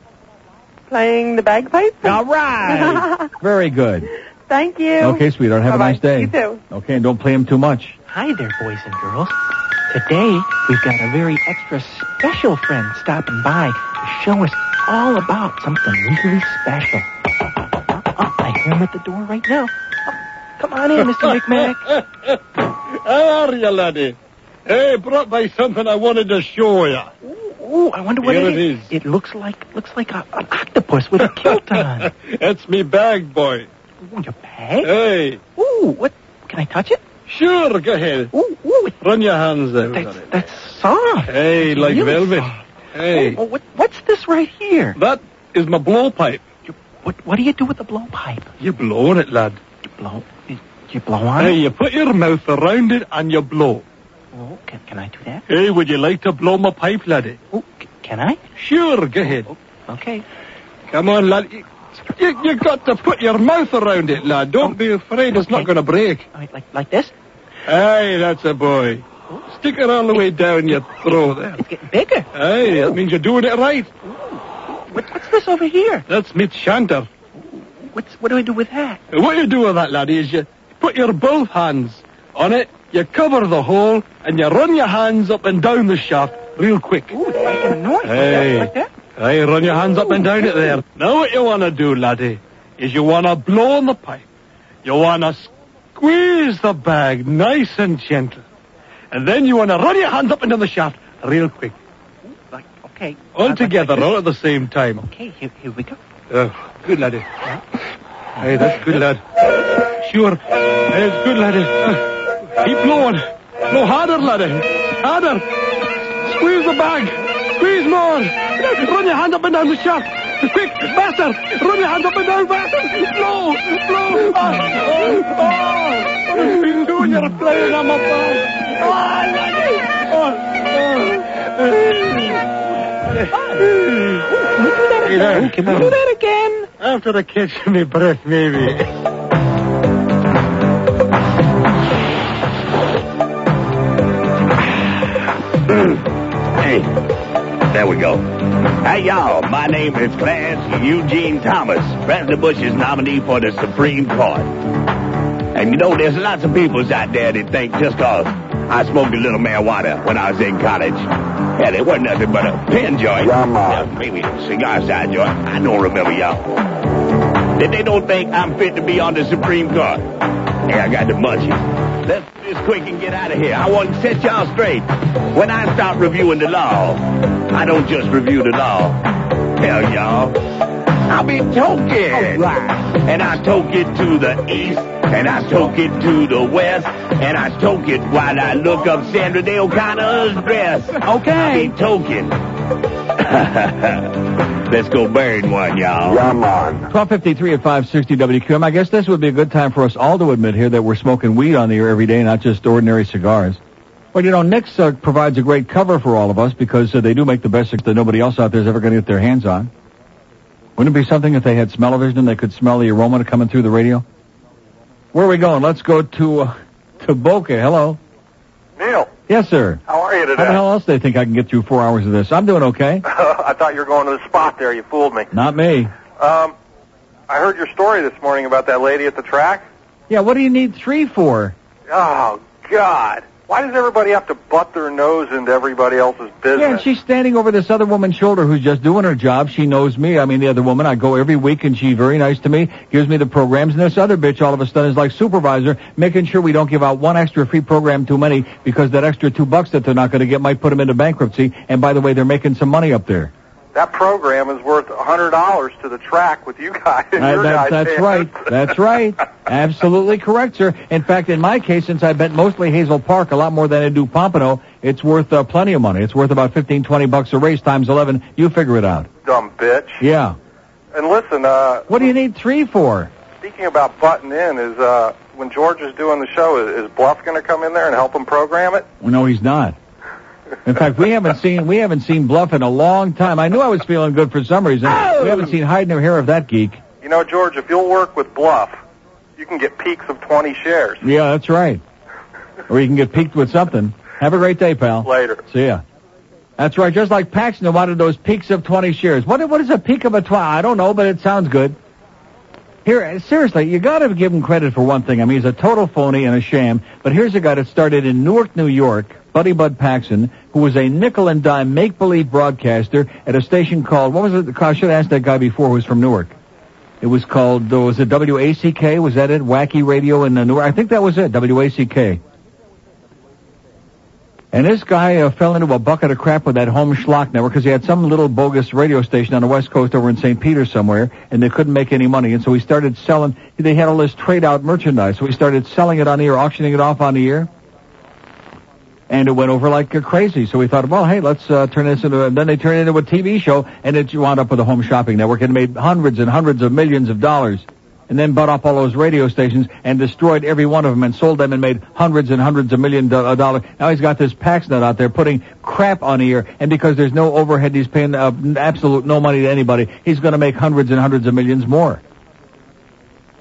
Speaker 11: playing the bagpipe.
Speaker 3: All right. Very good.
Speaker 11: <laughs> Thank you.
Speaker 3: Okay, sweetheart. Have
Speaker 11: Bye-bye.
Speaker 3: a nice day.
Speaker 11: You too.
Speaker 3: Okay, and don't play him too much.
Speaker 17: Hi there, boys and girls. Today, we've got a very extra special friend stopping by to show us all about something really special. Oh, I hear him at the door right now. Oh, come on in, Mr. McMack.
Speaker 25: <laughs> How are you, laddie? Hey, brought by something I wanted to show you.
Speaker 17: Ooh, I wonder what
Speaker 25: Here
Speaker 17: it
Speaker 25: it
Speaker 17: is. It looks like looks like a, an octopus with a
Speaker 25: <laughs>
Speaker 17: kilt on.
Speaker 25: it's me bag, boy.
Speaker 17: Ooh, your bag?
Speaker 25: Hey.
Speaker 17: Ooh, what? Can I touch it?
Speaker 25: Sure, go ahead.
Speaker 17: Ooh, ooh.
Speaker 25: Run your hands out. on it.
Speaker 17: That's soft.
Speaker 25: hey,
Speaker 17: It's
Speaker 25: like
Speaker 17: really
Speaker 25: velvet.
Speaker 17: soft.
Speaker 25: Hey.
Speaker 17: Oh, oh, what, what's this right here?
Speaker 25: That is my blowpipe.
Speaker 17: What What do you do with the blowpipe?
Speaker 25: You blow on it, lad.
Speaker 17: You blow. You, you blow on
Speaker 25: Hey,
Speaker 17: it.
Speaker 25: you put your mouth around it and you blow.
Speaker 17: Oh, can, can I do that?
Speaker 25: Hey, would you like to blow my pipe, laddie?
Speaker 17: Oh, Can I? Oh,
Speaker 25: Sure, go ahead.
Speaker 17: Okay.
Speaker 25: Come on, lad. You, you, you got to put your mouth around it, lad. Don't
Speaker 17: Oh.
Speaker 25: be afraid. It's not going to break.
Speaker 17: Like, like like this?
Speaker 25: Aye, that's a boy. Stick it all the way down your throat there. It's
Speaker 17: getting bigger.
Speaker 25: Aye, that means you're doing it right.
Speaker 17: What, what's this over here?
Speaker 25: That's meat shanter.
Speaker 17: What's What do I do with that?
Speaker 25: What you do with that, laddie, is you put your both hands on it, you cover the hole, and you run your hands up and down the shaft real quick.
Speaker 17: Ooh, it's making a noise.
Speaker 25: Aye.
Speaker 17: Like that?
Speaker 25: Aye, run your hands up and down it there. Now what you want to do, laddie, is you want to blow on the pipe. You want to squeeze the bag nice and gentle. And then you want to run your hands up and down the shaft real quick.
Speaker 17: Okay.
Speaker 25: All together, all at the same time.
Speaker 17: Okay, here, here we go.
Speaker 25: Oh, good laddie. Hey, that's good lad. Sure. Hey, it's good laddie. Uh, Keep blowing. Blow harder, laddie. Harder. Squeeze the bag. Squeeze more. Run your hand up and down the shaft. Quick, faster. Run your hand up and down faster. Blow, blow. Oh, oh, oh. Doing your playing on my bag. Oh, laddie. Oh, oh.
Speaker 26: Do that again. After the catch me breath, maybe.
Speaker 27: Hey, there we go. Hey, y'all. My name is Clarence Eugene Thomas, President Bush's nominee for the Supreme Court. And you know, there's lots of people out there that think just 'cause I smoked a little marijuana when I was in college, hell, it wasn't nothing but a pen joint. Yeah, maybe a cigar side joint. I don't remember, y'all. That they don't think I'm fit to be on the Supreme Court. Hey, I got the munchies. Let's do this quick and get out of here. I want to set y'all straight. When I start reviewing the law, I don't just review the law. Hell, y'all. I'll be toking. And I toke it to the east, and I toke it to the west, and I toke it while I look up Sandra Day O'Connor's dress. Okay. I'll be toking. <laughs> Let's go burn one, y'all. Come on.
Speaker 3: 1253 at 560 WQM. I guess this would be a good time for us all to admit here that we're smoking weed on the air every day, not just ordinary cigars. Well, you know, Nix uh, provides a great cover for all of us because uh, they do make the best cigar that nobody else out there is ever going to get their hands on. Wouldn't it be something if they had smell-o-vision and they could smell the aroma coming through the radio? Where are we going? Let's go to, uh, to Boca. Hello.
Speaker 2: Neil,
Speaker 3: Yes, sir.
Speaker 2: how are you
Speaker 3: How the
Speaker 2: today?
Speaker 3: hell else do they think I can get through four hours of this? I'm doing okay.
Speaker 2: <laughs> I thought you were going to the spot there. You fooled me.
Speaker 3: Not me.
Speaker 2: Um, I heard your story this morning about that lady at the track.
Speaker 3: Yeah, what do you need three for?
Speaker 2: Oh God! Why does everybody have to butt their nose into everybody else's
Speaker 3: Yeah, and
Speaker 2: business?
Speaker 3: she's standing over this other woman's shoulder who's just doing her job. She knows me. I mean, the other woman, I go every week and she very nice to me, gives me the programs. And this other bitch all of a sudden is like supervisor, making sure we don't give out one extra free program too many because that extra two bucks that they're not going to get might put them into bankruptcy. And by the way, they're making some money up there.
Speaker 2: That program is worth a hundred dollars to the track with you guys. and
Speaker 3: Uh,
Speaker 2: your
Speaker 3: that-
Speaker 2: guys
Speaker 3: that's
Speaker 2: paying.
Speaker 3: right. That's right. Absolutely correct, sir. In fact, in my case, since I bet mostly Hazel Park a lot more than I do Pompano, it's worth uh, plenty of money. It's worth about fifteen, twenty bucks a race times 11. You figure it out.
Speaker 2: Dumb bitch.
Speaker 3: Yeah.
Speaker 2: And listen, uh,
Speaker 3: What do you need three for?
Speaker 2: speaking about butting in, is uh, when George is doing the show, is, is Bluff going to come in there and help him program it?
Speaker 3: Well, no, he's not. In fact, we haven't seen we haven't seen Bluff in a long time. I knew I was feeling good for some reason. We haven't seen hide nor hair of that geek.
Speaker 2: You know, George, if you'll work with Bluff, you can get peaks of 20 shares.
Speaker 3: Yeah, that's right. Or you can get peaked with something. Have a great day, pal.
Speaker 2: Later.
Speaker 3: See ya. That's right. Just like Paxton wanted those peaks of 20 shares. What what is a peak of a 20? I don't know, but it sounds good. Here, seriously, you got to give him credit for one thing. I mean, he's a total phony and a sham. But here's a guy that started in Newark, New York, Buddy Bud Paxson, who was a nickel and dime make believe broadcaster at a station called what was it? I should have asked that guy before. Who was from Newark? It was called uh, was it WACK? Was that it? Wacky Radio in uh, Newark. I think that was it. WACK. And this guy uh, fell into a bucket of crap with that home schlock network because he had some little bogus radio station on the west coast over in St. Peter somewhere, and they couldn't make any money. And so he started selling. They had all this trade-out merchandise, so he started selling it on the air, auctioning it off on the air. And it went over like uh, crazy. So we thought, well, hey, let's uh, turn this into. A, and then they turned it into a TV show, and it wound up with a home shopping network, and made hundreds and hundreds of millions of dollars. And then bought up all those radio stations and destroyed every one of them and sold them and made hundreds and hundreds of million do- uh, dollars. Now he's got this Paxnet out there putting crap on the air, and because there's no overhead, he's paying uh, absolute no money to anybody. He's going to make hundreds and hundreds of millions more.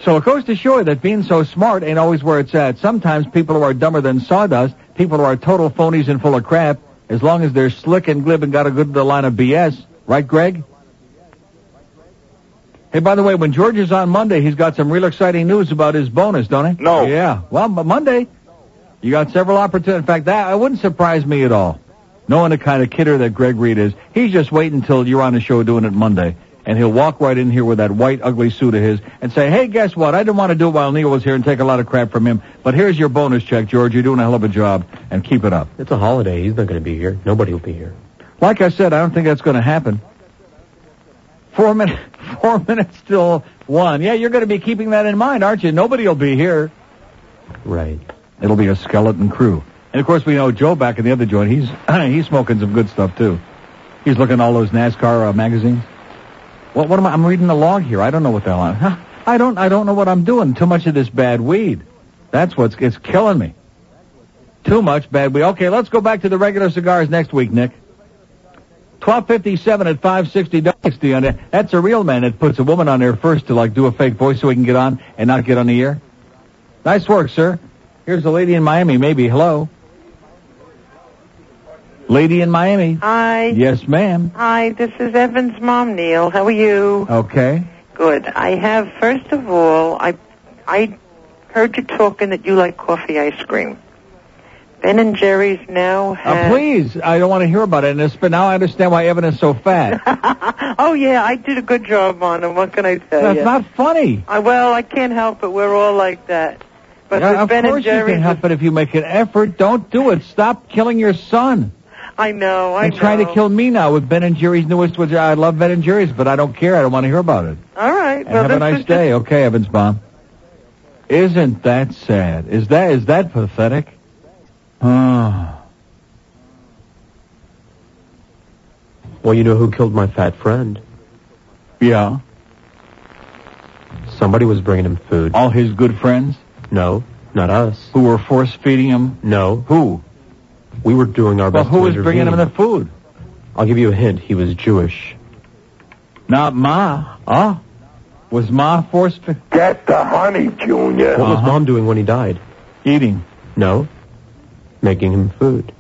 Speaker 3: So it goes to show you that being so smart ain't always where it's at. Sometimes people who are dumber than sawdust, people who are total phonies and full of crap, as long as they're slick and glib and got a good line of BS, right, Greg? Hey, by the way, when George is on Monday, he's got some real exciting news about his bonus, don't he? No. Yeah. Well, m- Monday, you got several opportunities. In fact, that I wouldn't surprise me at all. Knowing the kind of kidder that Greg Reed is, he's just waiting until you're on the show doing it Monday. And he'll walk right in here with that white, ugly suit of his and say, hey, guess what? I didn't want to do it while Neil was here and take a lot of crap from him. But here's your bonus check, George. You're doing a hell of a job. And keep it up.
Speaker 8: It's a holiday. He's not going to be here. Nobody will be here.
Speaker 3: Like I said, I don't think that's going to happen. Four minutes, <laughs> four minutes till one. Yeah, you're going to be keeping that in mind, aren't you? Nobody will be here.
Speaker 8: Right.
Speaker 3: It'll be a skeleton crew. And of course, we know Joe back in the other joint. He's <clears throat> he's smoking some good stuff too. He's looking at all those NASCAR uh, magazines. What what am I? I'm reading a log here. I don't know what the hell I'm. <laughs> Huh? I don't I don't know what I'm doing. Too much of this bad weed. That's what's it's killing me. Too much bad weed. Okay, let's go back to the regular cigars next week, Nick. Twelve fifty seven at five sixty Dynasty on it. That's a real man that puts a woman on there first to like do a fake voice so he can get on and not get on the air. Nice work, sir. Here's a lady in Miami, maybe. Hello. Lady in Miami.
Speaker 28: Hi.
Speaker 3: Yes, ma'am.
Speaker 28: Hi, this is Evan's mom, Neil. How are you?
Speaker 3: Okay.
Speaker 28: Good. I have, first of all, I, I heard you talking that you like coffee ice cream. Ben and Jerry's now
Speaker 3: Uh,
Speaker 28: have...
Speaker 3: please, I don't want to hear about it. And it's, but now I understand why Evan is so
Speaker 28: <laughs>
Speaker 3: fat.
Speaker 28: oh, yeah, I did a good job on them. What can I tell
Speaker 3: That's
Speaker 28: you?
Speaker 3: not funny.
Speaker 28: I, well, I can't help it. We're all like that. But
Speaker 3: Yeah,
Speaker 28: with
Speaker 3: of
Speaker 28: Ben
Speaker 3: course
Speaker 28: and Jerry's,
Speaker 3: you can help it if you make an effort. Don't do it. Stop killing your son.
Speaker 28: I know, I
Speaker 3: and
Speaker 28: know.
Speaker 3: trying to kill me now with Ben and Jerry's newest. Which I love Ben and Jerry's, but I don't care. I don't want to hear about it.
Speaker 28: All right.
Speaker 3: And
Speaker 28: well,
Speaker 3: have a
Speaker 28: this
Speaker 3: nice
Speaker 28: is
Speaker 3: day, okay, Evans mom. Isn't that sad? Is that is that pathetic? Oh.
Speaker 8: Well, you know who killed my fat friend?
Speaker 3: Yeah.
Speaker 8: Somebody was bringing him food.
Speaker 3: All his good friends?
Speaker 8: No, not us.
Speaker 3: Who were force feeding him?
Speaker 8: No.
Speaker 3: Who?
Speaker 8: We were doing our
Speaker 3: Well,
Speaker 8: best.
Speaker 3: who
Speaker 8: to
Speaker 3: was bringing him
Speaker 8: intervene.
Speaker 3: the food?
Speaker 8: I'll give you a hint. He was Jewish.
Speaker 3: Not Ma. Ah. Was Ma force fed?
Speaker 8: Get the honey, Junior. What was Mom doing when he died?
Speaker 3: Eating.
Speaker 8: No. Making him food.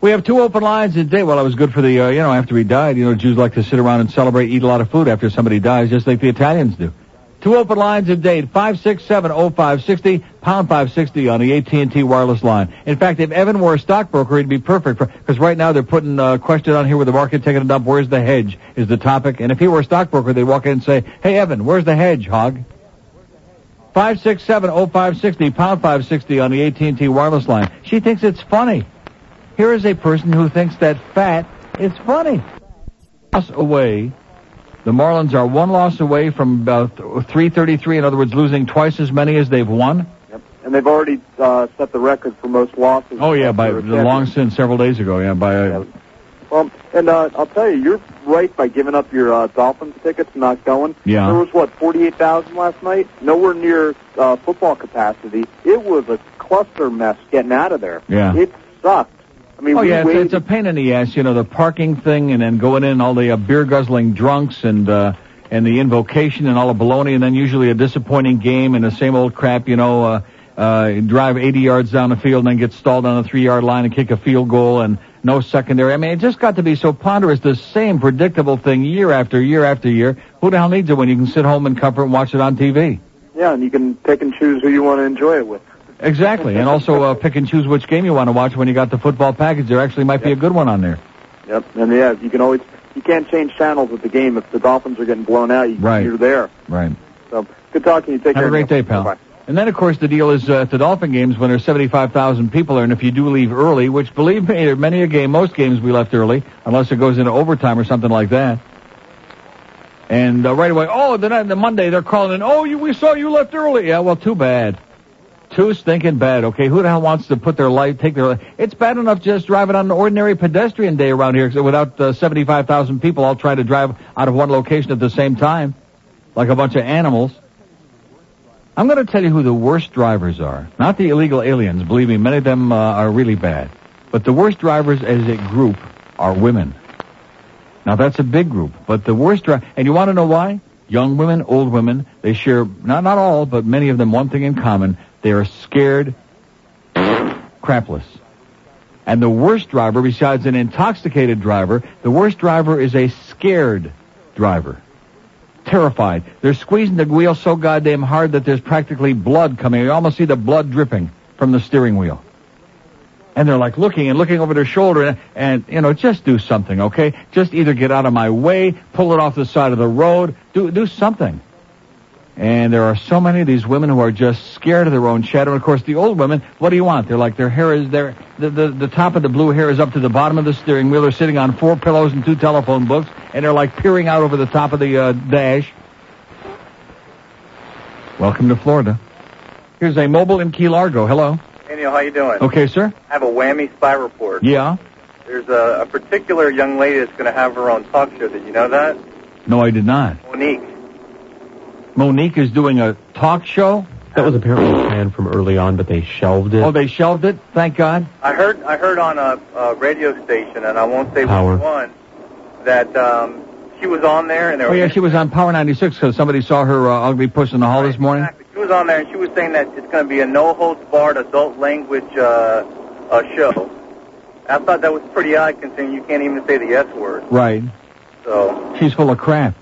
Speaker 3: We have two open lines today. Well, it was good for the, uh, you know, after he died. You know, Jews like to sit around and celebrate, eat a lot of food after somebody dies, just like the Italians do. Two open lines today at 5670560, pound 560 on the AT&T wireless line. In fact, if Evan were a stockbroker, he'd be perfect for, because right now they're putting a question on here with the market taking a dump, where's the hedge is the topic. And if he were a stockbroker, they'd walk in and say, hey, Evan, where's the hedge, hog? Five six seven oh five sixty pound five sixty on the AT and T wireless line. She thinks it's funny. Here is a person who thinks that fat is funny. Loss away. The Marlins are one loss away from about three thirty three. In other words, losing twice as many as they've won.
Speaker 29: And they've already uh, set the record for most losses.
Speaker 3: Oh yeah, by long since several days ago. Yeah, by uh,
Speaker 29: Um, and uh, I'll tell you, you're right by giving up your uh, Dolphins tickets and not going.
Speaker 3: Yeah.
Speaker 29: There was what 48,000 last night. Nowhere near uh, football capacity. It was a cluster mess getting out of there.
Speaker 3: Yeah.
Speaker 29: It sucked. I mean,
Speaker 3: oh
Speaker 29: we
Speaker 3: yeah, it's,
Speaker 29: waited.
Speaker 3: it's a pain in the ass, you know, the parking thing, and then going in all the uh, beer guzzling drunks and uh, and the invocation and all the baloney, and then usually a disappointing game and the same old crap, you know. Uh, uh, drive 80 yards down the field and then get stalled on the three yard line and kick a field goal and no secondary. I mean, it just got to be so ponderous, the same predictable thing year after year after year. Who the hell needs it when you can sit home in comfort and watch it on TV?
Speaker 29: Yeah, and you can pick and choose who you want to enjoy it with.
Speaker 3: Exactly. And also uh, pick and choose which game you want to watch when you got the football package. There actually might be a good one on there.
Speaker 29: Yep. And yeah, you can always you can't change channels with the game if the Dolphins are getting blown out. You,
Speaker 3: Right.
Speaker 29: You're there.
Speaker 3: Right.
Speaker 29: So good talking. You take
Speaker 3: Have
Speaker 29: care.
Speaker 3: a great day, pal. And then, of course, the deal is uh, at the Dolphin games when there's 75,000 people there, and if you do leave early, which believe me, there are many a game, most games we left early, unless it goes into overtime or something like that. And uh, right away, oh, then on the Monday they're calling in, oh, you, we saw you left early. Yeah, well, too bad. Too stinking bad. Okay, who the hell wants to put their life, take their life? It's bad enough just driving on an ordinary pedestrian day around here except without uh, 75,000 people all trying to drive out of one location at the same time, like a bunch of animals. I'm going to tell you who the worst drivers are. Not the illegal aliens. Believe me, many of them uh, are really bad. But the worst drivers as a group are women. Now that's a big group, but the worst driver, and you want to know why? Young women, old women, they share, not, not all, but many of them, one thing in common. They are scared, crapless. And the worst driver, besides an intoxicated driver, the worst driver is a scared driver terrified. They're squeezing the wheel so goddamn hard that there's practically blood coming. You almost see the blood dripping from the steering wheel. And they're like looking and looking over their shoulder and, and, you know, just do something, okay? Just either get out of my way, pull it off the side of the road, do, do something. And there are so many of these women who are just scared of their own shadow. And of course, the old women, what do you want? They're like, their hair is their The, the, the top of the blue hair is up to the bottom of the steering wheel. They're sitting on four pillows and two telephone books, and they're like peering out over the top of the uh, dash. Welcome to Florida. Here's a mobile in Key Largo. Hello.
Speaker 5: Hey Neil, how you doing?
Speaker 3: Okay, sir.
Speaker 5: I have a whammy spy report.
Speaker 3: Yeah.
Speaker 5: There's a, a particular young lady that's going to have her own talk show. Did you know that?
Speaker 3: No, I did not.
Speaker 5: Monique.
Speaker 3: Monique is doing a talk show.
Speaker 8: That was apparently a plan from early on, but they shelved it.
Speaker 3: Oh, they shelved it. Thank God.
Speaker 5: I heard I heard on a, a radio station, and I won't say
Speaker 8: Howard.
Speaker 5: which one, that um, she was on there and there
Speaker 3: Oh
Speaker 5: was
Speaker 3: yeah, she was on Power 96 because somebody saw her uh, ugly puss in the hall this morning.
Speaker 5: she was on there and she was saying that it's going to be a no holds barred adult language uh, uh, show. I thought that was pretty odd considering you can't even say the S word.
Speaker 3: Right.
Speaker 5: So
Speaker 3: She's full of crap.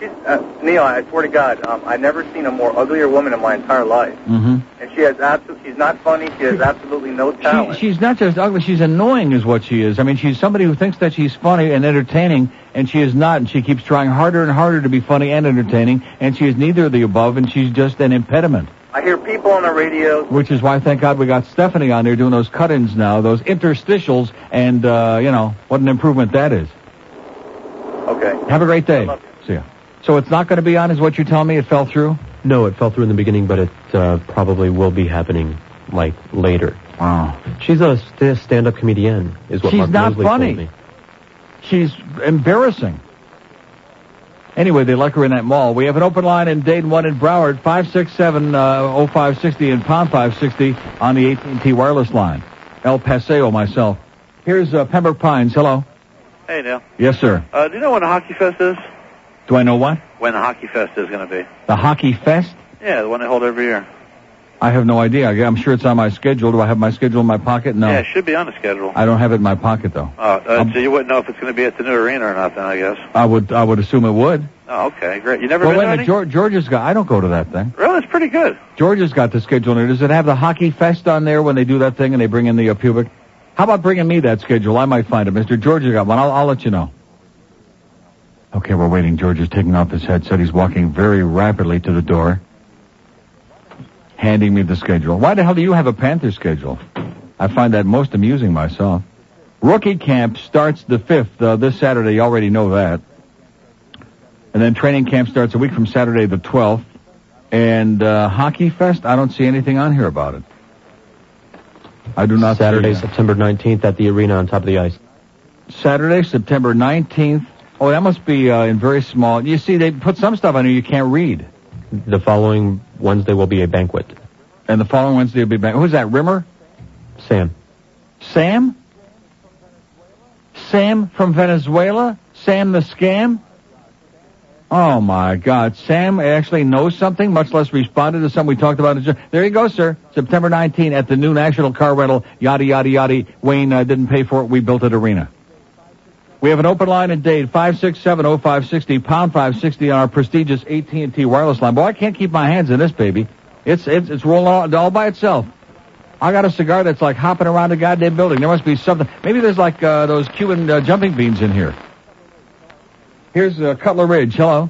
Speaker 5: she's, uh, Neil, I swear to God, um, I've never seen a more uglier woman in my entire life.
Speaker 3: hmm
Speaker 5: And she has absolutely, she's not funny. She has absolutely no talent.
Speaker 3: She's not just ugly; she's annoying, is what she is. I mean, she's somebody who thinks that she's funny and entertaining, and she is not. And she keeps trying harder and harder to be funny and entertaining, and she is neither of the above, and she's just an impediment.
Speaker 5: I hear people on the radio.
Speaker 3: Which is why, thank God, we got Stephanie on there doing those cut-ins now, those interstitials, and uh, you know what an improvement that is.
Speaker 5: Okay.
Speaker 3: Have a great day. See ya. So it's not going to be on, is what you tell me? It fell through.
Speaker 8: No, it fell through in the beginning, but it uh, probably will be happening like later.
Speaker 3: Wow.
Speaker 8: She's a st- stand-up comedian, is what
Speaker 3: She's
Speaker 8: Mark
Speaker 3: not
Speaker 8: Mosley
Speaker 3: funny.
Speaker 8: told me.
Speaker 3: She's embarrassing. Anyway, they like her in that mall. We have an open line in Dayton, one in Broward, 567 uh, 0560 and pound 560 on the AT&T wireless line. El Paseo, myself. Here's uh, Pembroke Pines. Hello.
Speaker 9: Hey, Neil.
Speaker 3: Yes, sir.
Speaker 9: Uh, do you know when the hockey fest is?
Speaker 3: Do I know what?
Speaker 9: When the hockey fest is going to be?
Speaker 3: The Hockey Fest?
Speaker 9: Yeah, the one they hold every year.
Speaker 3: I have no idea. I- I'm sure it's on my schedule. Do I have my schedule in my pocket? No.
Speaker 9: Yeah, it should be on the schedule.
Speaker 3: I don't have it in my pocket, though.
Speaker 9: Oh, uh,
Speaker 3: Um,
Speaker 9: so you wouldn't know if it's going to be at the new arena or not, then I guess.
Speaker 3: I would I would assume it would.
Speaker 9: Oh, okay, great. You never
Speaker 3: well,
Speaker 9: been
Speaker 3: wait
Speaker 9: to
Speaker 3: a
Speaker 9: any?
Speaker 3: minute. Geor- Georgia's got... I don't go to that thing.
Speaker 9: Really, it's pretty good.
Speaker 3: Georgia's got the schedule in there. Does it have the hockey fest on there when they do that thing and they bring in the uh, pubic? How about bringing me that schedule? I might find it. Mr. Georgia got one. I'll, I'll let you know. Okay, we're waiting. Georgia's taking off his headset. He's walking very rapidly to the door, handing me the schedule. Why the hell do you have a Panther schedule? I find that most amusing myself. Rookie camp starts the 5th, uh, this Saturday. You already know that. And then training camp starts a week from Saturday the 12th. And uh, Hockey Fest, I don't see anything on here about it. I do not.
Speaker 8: Saturday,
Speaker 3: see it.
Speaker 8: September 19th at the arena on top of the ice.
Speaker 3: Saturday, September 19th. Oh, that must be uh, in very small. You see, they put some stuff on here you can't read.
Speaker 8: The following Wednesday will be a banquet.
Speaker 3: And the following Wednesday will be back. Who's that, Rimmer?
Speaker 8: Sam.
Speaker 3: Sam? Sam from Venezuela? Sam the scam? Oh my God. Sam actually knows something, much less responded to something we talked about. There you go, sir. September 19 at the new National Car Rental, yada, yada, yada. Wayne uh, didn't pay for it. We built it arena. We have an open line at Dade, 5670560, pound 560 on our prestigious AT&T wireless line. Boy, I can't keep my hands in this, baby. It's, it's, it's rolling all, all by itself. I got a cigar that's like hopping around the goddamn building. There must be something. Maybe there's like uh, those Cuban uh, jumping beans in here. Here's uh, Cutler Ridge. Hello.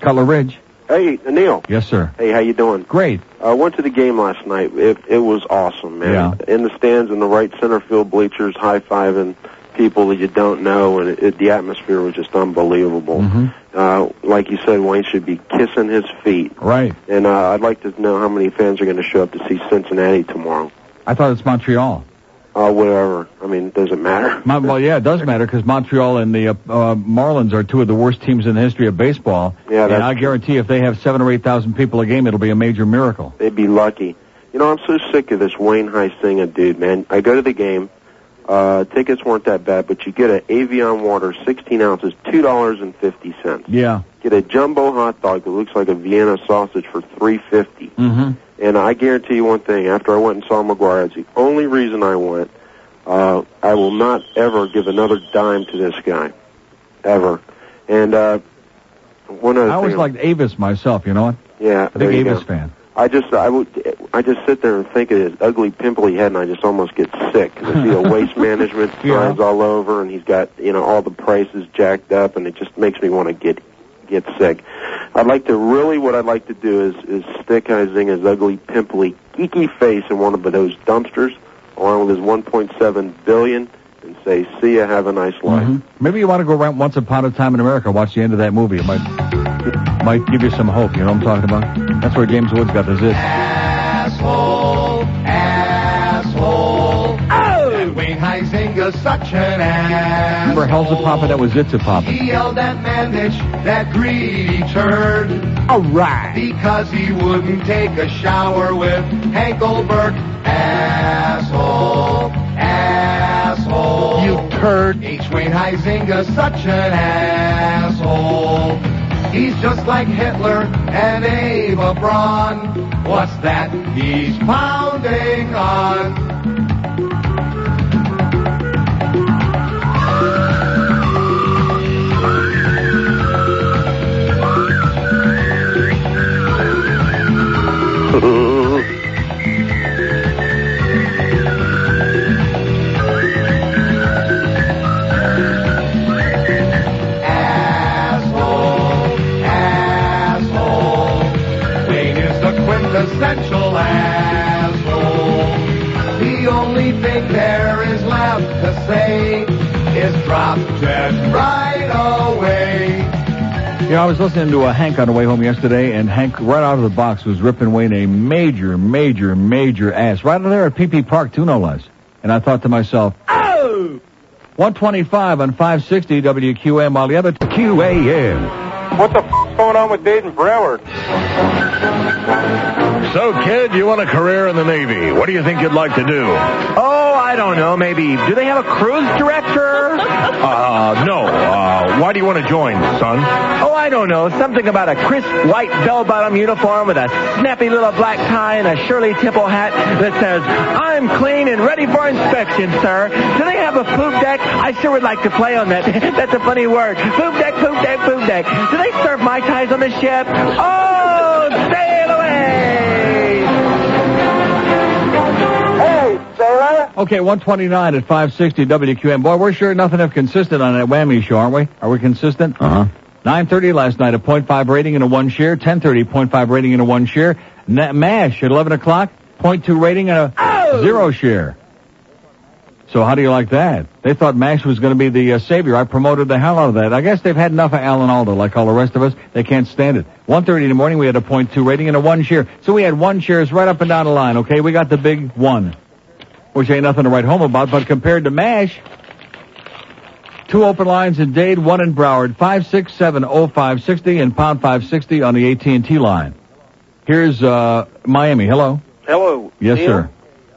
Speaker 3: Cutler Ridge.
Speaker 10: Hey, Neil.
Speaker 3: Yes, sir.
Speaker 10: Hey, how you doing?
Speaker 3: Great.
Speaker 10: I went to the game last night. It it was awesome, man. In the stands, in the right center field bleachers, high fiving people that you don't know, and it, it, the atmosphere was just unbelievable.
Speaker 18: Mm.
Speaker 10: Uh, like you said, Wayne should be kissing his feet.
Speaker 3: Right.
Speaker 10: And uh, I'd like to know how many fans are going to show up to see Cincinnati tomorrow.
Speaker 3: I thought it's Montreal.
Speaker 10: Uh, whatever. I mean, it doesn't matter.
Speaker 3: Mon- well, yeah, it does matter because Montreal and the uh, uh, Marlins are two of the worst teams in the history of baseball.
Speaker 10: Yeah,
Speaker 3: and
Speaker 10: that's-
Speaker 3: I guarantee if they have seven or eight thousand people a game, it'll be a major miracle.
Speaker 10: They'd be lucky. You know, I'm so sick of this Wayne Huizinga dude, man. I go to the game. Uh, tickets weren't that bad, but you get an Avion water, 16 ounces, two dollars and fifty cents.
Speaker 3: Yeah.
Speaker 10: Get a jumbo hot dog that looks like a Vienna sausage for three fifty.
Speaker 3: Mm-hmm.
Speaker 10: And I guarantee you one thing: after I went and saw McGuire, it's the only reason I went. Uh, I will not ever give another dime to this guy, ever. And uh, one other
Speaker 3: I always
Speaker 10: thing,
Speaker 3: liked Avis myself. You know what?
Speaker 10: yeah,
Speaker 3: A
Speaker 10: there
Speaker 3: big
Speaker 10: you go.
Speaker 3: Avis fan.
Speaker 10: I just I would I just sit there and think of his ugly pimply head, and I just almost get sick 'cause I see the waste management signs all over, and he's got you know all the prices jacked up, and it just makes me want to get get sick. I'd like to really what I'd like to do is is stick Huizinga's ugly pimply geeky face in one of those dumpsters, along with his 1.7 billion, and say, "See ya, have a nice life."
Speaker 3: Mhm. Maybe you want to go around Once Upon a Time in America, watch the end of that movie. It might might give you some hope. You know what I'm talking about? That's where James Woods got the zit.
Speaker 13: Asshole, asshole. Oh! And Wayne Huizinga's such an ass.
Speaker 3: Remember Hell's a Papa? That was Zits a Papa.
Speaker 13: He yelled at Mandich, that greedy turd.
Speaker 3: All right.
Speaker 13: Because he wouldn't take a shower with Hank Olberg. Asshole, asshole. You turd.
Speaker 30: H.
Speaker 13: Wayne Heisinger's such an asshole. He's just like Hitler and Eva Braun. What's that he's pounding on? Wayne is the quintessential asshole. The only thing there is left to say is drop dead right away.
Speaker 3: Yeah, I was listening to a Hank on the way home yesterday, and Hank, right out of the box, was ripping Wayne a major, major, major ass. Right there at PP Park, too, no less. And I thought to myself, oh! 125 on 560 WQM, while the other QAM.
Speaker 18: What the f- going on with Dayton Broward?
Speaker 6: So, kid, you want a career in the Navy. What do you think you'd like to do? Oh, I don't know. Maybe. Do they have a cruise director? Uh, no. Uh, why do you want to join, son?
Speaker 31: Oh, I don't know. Something about a crisp white bell-bottom uniform with a snappy little black tie and a Shirley Temple hat that says, I'm clean and ready for inspection, sir. Do they have a poop deck? I sure would like to play on that. <laughs> That's a funny word. Poop deck, poop deck, poop deck. Do they serve Mai Tais on the ship? Oh, sail away!
Speaker 3: Okay, 129 at 560 WQM. Boy, we're sure nothing if consistent on that whammy show, aren't we? Are we consistent? Uh huh. 930 last night, a .5 rating and a one share. 1030, .5 rating and a one share. Na- MASH at 11 o'clock, .2 rating and a zero share. So how do you like that? They thought MASH was going to be the uh, savior. I promoted the hell out of that. I guess they've had enough of Alan Alda, like all the rest of us. They can't stand it. 1.30 in the morning, we had a .2 rating and a one share. So we had one shares right up and down the line, okay? We got the big one which ain't nothing to write home about, but compared to MASH, two open lines in Dade, one in Broward, 5670560 oh, and pound 560 on the AT&T line. Here's uh, Miami. Hello.
Speaker 32: Hello.
Speaker 3: Yes,
Speaker 32: Neil?
Speaker 3: sir.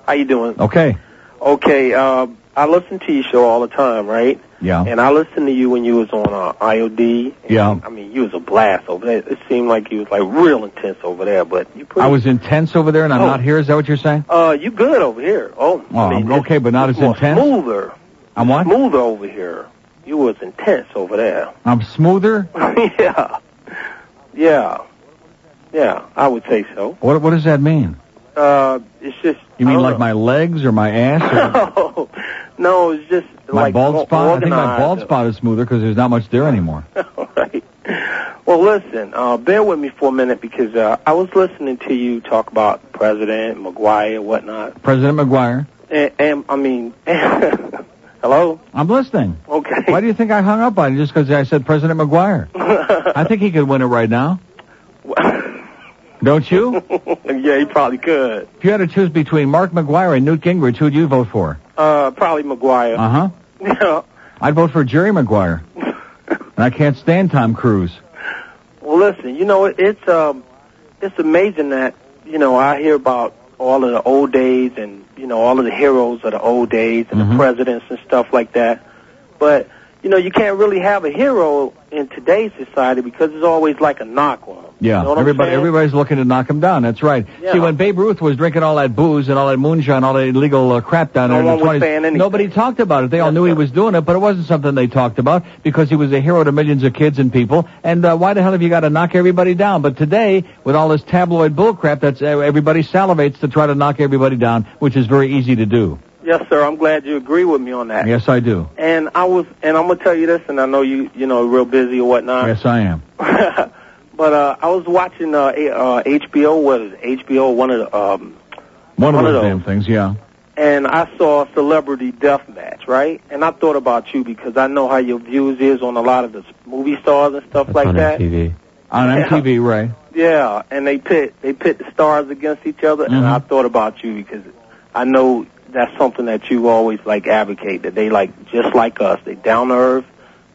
Speaker 32: How you doing?
Speaker 3: Okay.
Speaker 32: Okay. Um, I listen to your show all the time, right?
Speaker 3: Yeah.
Speaker 32: And I listened to you when you was on uh, IOD.
Speaker 3: Yeah.
Speaker 32: I mean, you was a blast over there. It seemed like you was like real intense over there, but you
Speaker 3: I was intense over there and I'm not
Speaker 32: Oh.
Speaker 3: here. Is that what you're saying?
Speaker 32: uh you good over here. Oh,
Speaker 3: Oh, I'm okay, but not as
Speaker 32: more
Speaker 3: intense.
Speaker 32: smoother.
Speaker 3: I'm what?
Speaker 32: Smoother over here. You was intense over there. <laughs>
Speaker 3: I'm smoother.
Speaker 32: yeah. Yeah. Yeah. I would say so.
Speaker 3: What What does that mean?
Speaker 32: Uh, it's just <laughs>
Speaker 3: You mean like my legs or my ass
Speaker 32: no, no, it's just
Speaker 3: or my
Speaker 32: like
Speaker 3: bald
Speaker 32: more
Speaker 3: spot? I think my
Speaker 32: organized.
Speaker 3: bald spot is smoother because there's not much there anymore.
Speaker 32: Well, listen, uh, bear with me for a minute because uh, I was listening to you talk about President McGuire and whatnot,
Speaker 3: President McGuire,
Speaker 32: and, and I mean, <laughs> hello, <laughs>
Speaker 3: I'm listening.
Speaker 32: okay.
Speaker 3: Why do you think I hung up on you just because I said President McGuire? I think he could win it right now. Don't you?
Speaker 32: yeah, he probably could.
Speaker 3: If you had to choose between Mark McGuire and Newt Gingrich, who'd you vote for?
Speaker 32: Uh, probably McGuire. <laughs>
Speaker 3: Uh huh.
Speaker 32: Yeah.
Speaker 3: I'd vote for Jerry McGuire. and I can't stand Tom Cruise.
Speaker 32: Well, listen, you know, it, it's um, it's amazing that you know I hear about all of the old days and you know all of the heroes of the old days and the presidents and stuff like that, but you know you can't really have a hero in today's society because there's always like a knock on. 'em.
Speaker 3: Yeah,
Speaker 32: You know what I'm
Speaker 3: everybody,
Speaker 32: saying?
Speaker 3: everybody's looking to knock him down. That's right.
Speaker 32: Yeah.
Speaker 3: See, when Babe Ruth was drinking all that booze and all that moonshine, all that illegal uh, crap down
Speaker 32: No
Speaker 3: there in
Speaker 32: one
Speaker 3: the
Speaker 32: was
Speaker 3: 20s,
Speaker 32: saying anything.
Speaker 3: nobody talked about it. They all knew he was doing it, but it wasn't something they talked about because he was a hero to millions of kids and people. And uh, why the hell have you got to knock everybody down? But today, with all this tabloid bull crap, that's uh, everybody salivates to try to knock everybody down, which is very easy to do.
Speaker 32: Yes, sir. I'm glad you agree with me on that.
Speaker 3: Yes, I do.
Speaker 32: And I was, and I'm gonna tell you this, and I know you, you know, real busy or whatnot. <laughs>
Speaker 3: Yes, I am.
Speaker 32: but uh, I was watching uh, a, uh, HBO. What is it? HBO? One of the um,
Speaker 3: One,
Speaker 32: One
Speaker 3: of
Speaker 32: of
Speaker 3: those damn things, yeah.
Speaker 32: and I saw Celebrity Deathmatch, right? And I thought about you because I know how your views is on a lot of the movie stars and stuff
Speaker 3: Oh,
Speaker 32: like that.
Speaker 3: MTV. On
Speaker 32: Yeah.
Speaker 3: MTV, right.
Speaker 32: Yeah, and they pit they pit the stars against each other, and I thought about you because I know that's something that you always like advocate that they like just like us, they down to earth,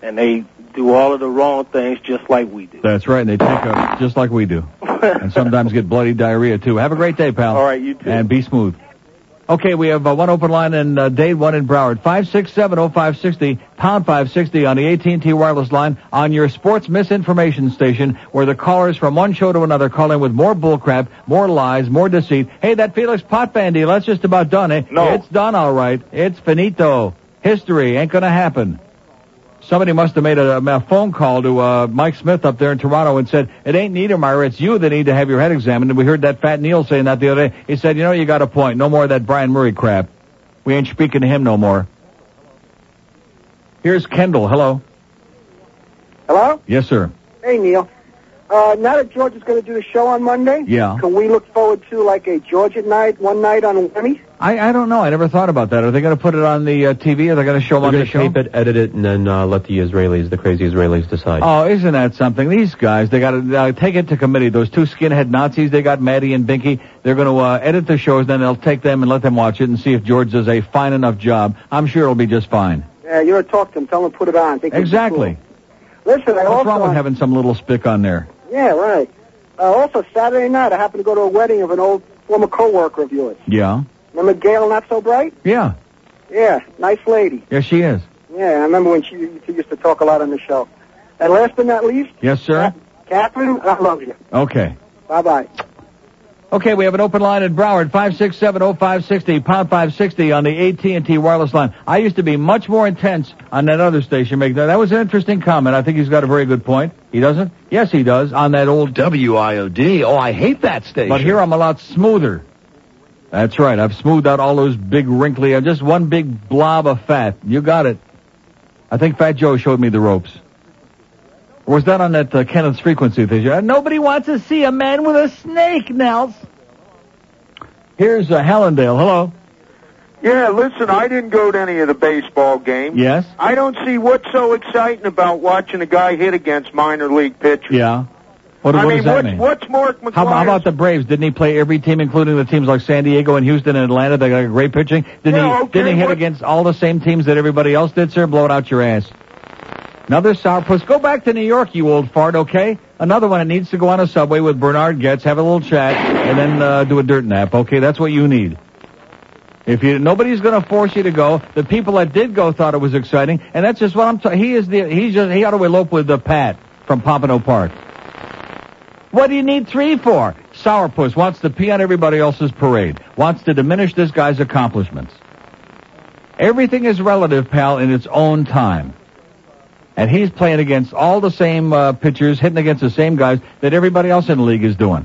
Speaker 32: and they do all of the wrong things just like we do.
Speaker 3: That's right, and they take up just
Speaker 32: <laughs>
Speaker 3: like we do. and sometimes get bloody diarrhea, too. Have a great day, pal.
Speaker 32: All right, you too.
Speaker 3: And be smooth. Okay, we have uh, one open line in uh, Dade, one in Broward. 5670560, pound 560 on the AT&T wireless line on your sports misinformation station where the callers from one show to another call in with more bullcrap, more lies, more deceit. Hey, that Felix Potband deal, that's just about done, eh? No. It's done all right. It's finito. History ain't gonna happen. Somebody must have made a, a phone call to uh, Mike Smith up there in Toronto and said, it ain't Niedermeyer, it's you that need to have your head examined. And we heard that fat Neil saying that the other day. He said, you know, you got a point. No more of that Brian Murray crap. We ain't speaking to him no more. Here's Kendall. Hello.
Speaker 23: Hello?
Speaker 3: Yes, sir.
Speaker 23: Hey, Neil. Uh, now that George is going to do the show on Monday,
Speaker 3: Yeah.
Speaker 23: can we look forward to like a George at night, one night on a Whammy?
Speaker 3: I, I don't know. I never thought about that. Are they going to put it on the uh, TV? Are they going to show him
Speaker 8: We're
Speaker 3: on
Speaker 8: going
Speaker 3: the
Speaker 8: to
Speaker 3: show?
Speaker 8: tape it, edit it, and then uh, let the Israelis, the crazy Israelis, decide.
Speaker 3: Oh, isn't that something? These guys, they got to uh, take it to committee. Those two skinhead Nazis, they got Maddie and Binky. They're going to uh, edit the shows, then they'll take them and let them watch it and see if George does a fine enough job. I'm sure it'll be just fine.
Speaker 23: Uh, you're a talk to him. Tell him to put it on. Think it'd be
Speaker 3: Exactly.
Speaker 23: cool. Listen, I
Speaker 3: What's
Speaker 23: also
Speaker 3: wrong with having some little spick on there?
Speaker 23: yeah right. Uh, also Saturday night, I happened to go to a wedding of an old former coworker of yours.
Speaker 3: Yeah.
Speaker 23: Remember Gail, not so bright?
Speaker 3: Yeah.
Speaker 23: Yeah, nice lady.
Speaker 3: Yes, she is.
Speaker 23: Yeah, I remember when she, she used to talk a lot on the show. And last but not least,
Speaker 3: Yes, sir.
Speaker 23: Catherine, I love you.
Speaker 3: Okay.
Speaker 23: Bye bye.
Speaker 3: Okay, we have an open line at Broward, 5670560, pound 560 on the AT&T wireless line. I used to be much more intense on that other station. Make that, that was an interesting comment. I think he's got a very good point. He doesn't? Yes, he does, on that old WIOD. Oh, I hate that station. But here I'm a lot smoother. That's right. I've smoothed out all those big wrinkly, uh, just one big blob of fat. You got it. I think Fat Joe showed me the ropes. Or was that on that uh, Kenneth's frequency thing? Uh, Nobody wants to see a man with a snake, Nels. Here's uh, Hallandale. Hello.
Speaker 18: Yeah, listen, I didn't go to any of the baseball games.
Speaker 3: Yes.
Speaker 18: I don't see what's so exciting about watching a guy hit against minor league pitchers.
Speaker 3: Yeah. What,
Speaker 18: I
Speaker 3: what
Speaker 18: mean,
Speaker 3: does that
Speaker 18: what's,
Speaker 3: mean?
Speaker 18: what's Mark McGuire?
Speaker 3: How, how about the Braves? Didn't he play every team, including the teams like San Diego and Houston and Atlanta? They got great pitching. Didn't
Speaker 18: Yeah,
Speaker 3: he?
Speaker 18: okay,
Speaker 3: didn't he hit
Speaker 18: what-
Speaker 3: against all the same teams that everybody else did, sir? Blow it out your ass. Another sourpuss. Go back to New York, you old fart. Okay. Another one that needs to go on a subway with Bernard Getz, have a little chat, and then uh, do a dirt nap. Okay, that's what you need. If you nobody's going to force you to go, the people that did go thought it was exciting, and that's just what I'm. Ta- he is the he's just he ought to elope with the Pat from Pompano Park. What do you need three for? Sourpuss wants to pee on everybody else's parade, wants to diminish this guy's accomplishments. Everything is relative, pal, in its own time. And he's playing against all the same uh, pitchers, hitting against the same guys that everybody else in the league is doing.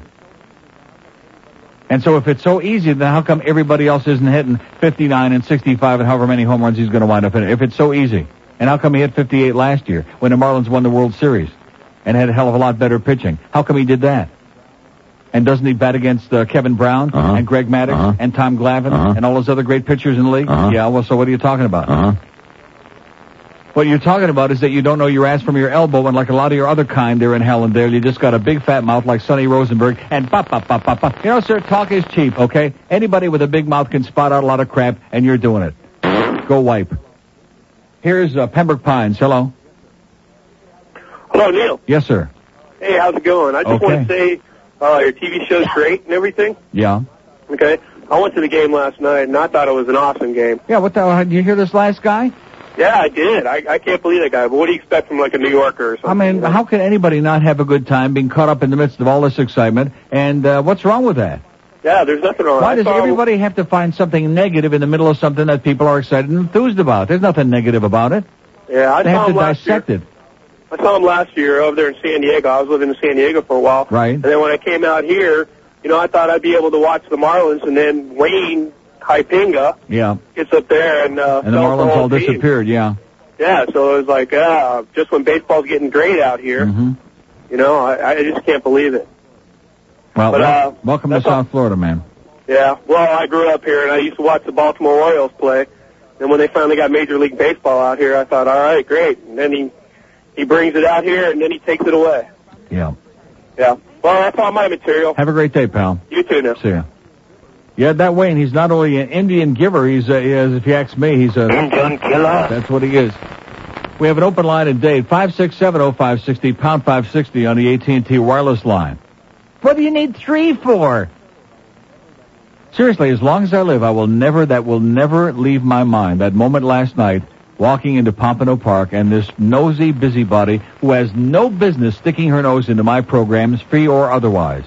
Speaker 3: And so if it's so easy, then how come everybody else isn't hitting 59 and 65 and however many home runs he's going to wind up in? If it's so easy. And how come he hit 58 last year when the Marlins won the World Series and had a hell of a lot better pitching? How come he did that? And doesn't he bat against uh, Kevin Brown and Greg Maddox and Tom Glavine and all those other great pitchers in the league? Yeah, well, so what are you talking about? What you're talking about is that you don't know your ass from your elbow, and like a lot of your other kind, they're in hell and there. You just got a big fat mouth like Sonny Rosenberg, and pop, pop, pop, pop, pop. You know, sir, talk is cheap, okay? Anybody with a big mouth can spot out a lot of crap, and you're doing it. Go wipe. Here's uh, Pembroke Pines. Hello.
Speaker 33: Hello, Neil.
Speaker 3: Yes, sir.
Speaker 33: Hey, how's it going? I just
Speaker 3: Okay.
Speaker 33: want to say uh, your TV show's great and everything.
Speaker 3: Yeah.
Speaker 33: Okay. I went to the game last night and I thought it was an awesome game.
Speaker 3: Yeah. What the? hell? Did you hear this last guy?
Speaker 33: Yeah, I did. I, I can't believe that guy. But what do you expect from like a New Yorker or something?
Speaker 3: I mean, how can anybody not have a good time being caught up in the midst of all this excitement? And uh, what's wrong with that?
Speaker 33: Yeah, there's nothing wrong.
Speaker 3: Why
Speaker 33: I
Speaker 3: does
Speaker 33: saw-
Speaker 3: everybody have to find something negative in the middle of something that people are excited and enthused about? There's nothing negative about it.
Speaker 33: Yeah, I
Speaker 3: they
Speaker 33: saw
Speaker 3: have to
Speaker 33: him last year.
Speaker 3: dissect it.
Speaker 33: I saw him last year over there in San Diego. I was living in San Diego for a while.
Speaker 3: Right.
Speaker 33: And then when I came out here, you know, I thought I'd be able to watch the Marlins, and then Wayne Hypinga
Speaker 3: Yeah.
Speaker 33: gets up there and uh,
Speaker 3: And the
Speaker 33: sells the
Speaker 3: Marlins
Speaker 33: whole
Speaker 3: all
Speaker 33: team.
Speaker 3: disappeared, yeah.
Speaker 33: Yeah, so it was like, uh, just when baseball's getting great out here,
Speaker 3: Mm-hmm.
Speaker 33: you know, I, I just can't believe it.
Speaker 3: Well,
Speaker 33: But,
Speaker 3: wel-
Speaker 33: uh,
Speaker 3: welcome to
Speaker 33: that's all-
Speaker 3: South Florida, man.
Speaker 33: Yeah, well, I grew up here and I used to watch the Baltimore Orioles play. And when they finally got Major League Baseball out here, I thought, all right, great. And then he he brings it out here and then he takes it away.
Speaker 3: Yeah.
Speaker 33: Yeah. Well, that's all my material.
Speaker 3: Have a great day, pal.
Speaker 33: You too now.
Speaker 3: See ya. Yeah, that Wayne, he's not only an Indian giver, he's, a, he is, if you ask me, he's a... Indian killer. That's what he is. We have an open line at Dade, 5670560, pound 560 on the AT&T wireless line. What do you need three for? Seriously, as long as I live, I will never, that will never leave my mind. That moment last night, walking into Pompano Park, and this nosy busybody who has no business sticking her nose into my programs, free or otherwise.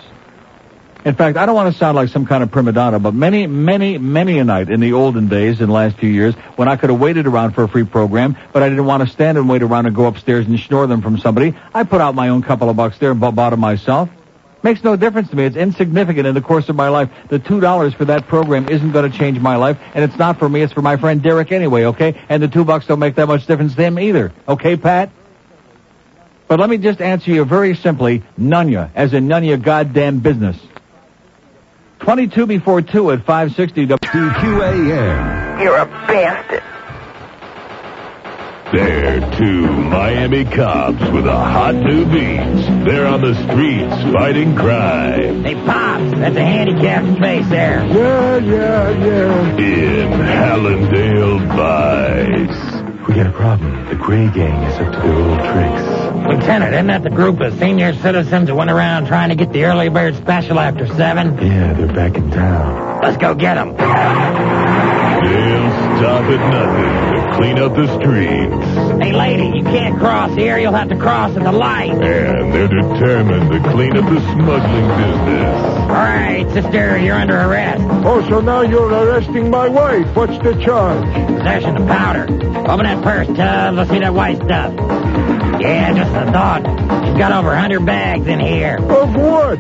Speaker 3: In fact, I don't want to sound like some kind of prima donna, but many, many, many a night in the olden days, in the last few years, when I could have waited around for a free program, but I didn't want to stand and wait around and go upstairs and snore them from somebody, I put out my own couple of bucks there and bu- bought them myself. Makes no difference to me. It's insignificant in the course of my life. The two dollars for that program isn't going to change my life, and it's not for me. It's for my friend Derek anyway. Okay, and the two bucks don't make that much difference to him either. Okay, Pat. But let me just answer you very simply, none ya, as in none ya goddamn business. 22 before 2 at 560 WQAM.
Speaker 12: You're a bastard.
Speaker 6: They're two Miami cops with a hot new beat. They're on the streets fighting crime.
Speaker 24: Hey, Pops, that's a handicapped space there.
Speaker 6: Yeah, yeah, yeah. In Hallandale Vice.
Speaker 8: We got a problem. The Grey Gang is up to their old tricks.
Speaker 24: Lieutenant, isn't that the group of senior citizens who went around trying to get the early bird special after seven?
Speaker 8: Yeah, they're back in town.
Speaker 24: Let's go get them.
Speaker 6: They'll stop at nothing to clean up the streets.
Speaker 24: Hey, lady, you can't cross here. You'll have to cross at the light.
Speaker 6: And they're determined to clean up the smuggling business.
Speaker 24: All right, sister, you're under arrest.
Speaker 6: Oh, so now you're arresting my wife.
Speaker 24: What's the charge? Possession of powder. Open that purse, Tub. Let's see that white stuff. Yeah, just the thought. She's got over a 100 bags in here. Of what?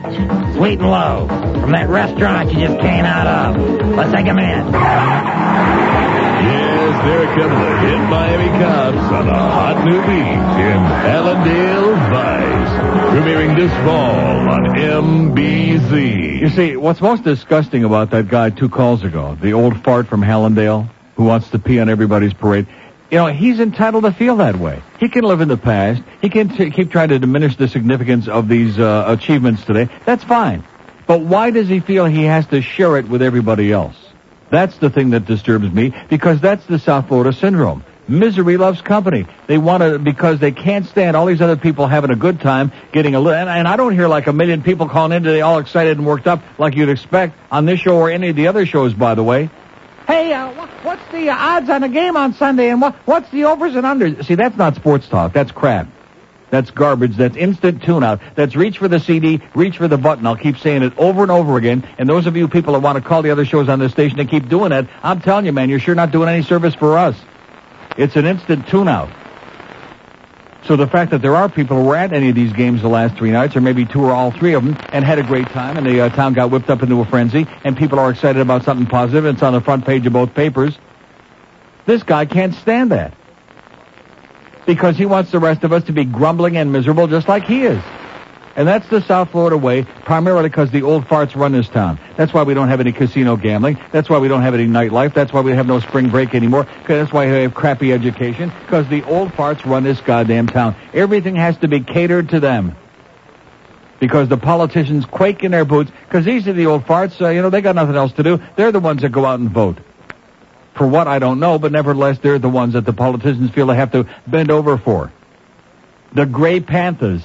Speaker 24: Sweet and low. From that restaurant you just came out of. Let's take 'em in.
Speaker 6: Yes, they're coming to hit Miami cops on a hot new beat in Hallandale Vice. Premiering this fall on MBZ.
Speaker 3: You see, what's most disgusting about that guy two calls ago, the old fart from Hallandale who wants to pee on everybody's parade, you know, he's entitled to feel that way. He can live in the past. He can t- keep trying to diminish the significance of these uh, achievements today. That's fine. But why does he feel he has to share it with everybody else? That's the thing that disturbs me because that's the South Florida syndrome. Misery loves company. They want to because they can't stand all these other people having a good time, getting a little. And, and I don't hear like a million people calling in today, all excited and worked up, like you'd expect on this show or any of the other shows. By the way, Hey, uh, wh- what's the uh, odds on a game on Sunday, and what what's the overs and unders? See, that's not sports talk. That's crap. That's garbage. That's instant tune-out. That's reach for the CD, reach for the button. I'll keep saying it over and over again. And those of you people that want to call the other shows on this station and keep doing that, I'm telling you, man, you're sure not doing any service for us. It's an instant tune-out. So the fact that there are people who were at any of these games the last three nights, or maybe two or all three of them, and had a great time, and the uh, town got whipped up into a frenzy, and people are excited about something positive, and it's on the front page of both papers. This guy can't stand that. Because he wants the rest of us to be grumbling and miserable just like he is. And that's the South Florida way, primarily because the old farts run this town. That's why we don't have any casino gambling. That's why we don't have any nightlife. That's why we have no spring break anymore. 'Cause that's why we have crappy education, because the old farts run this goddamn town. Everything has to be catered to them. Because the politicians quake in their boots, because these are the old farts, uh, you know, they got nothing else to do. They're the ones that go out and vote. For what, I don't know, but nevertheless, they're the ones that the politicians feel they have to bend over for. The Gray Panthers.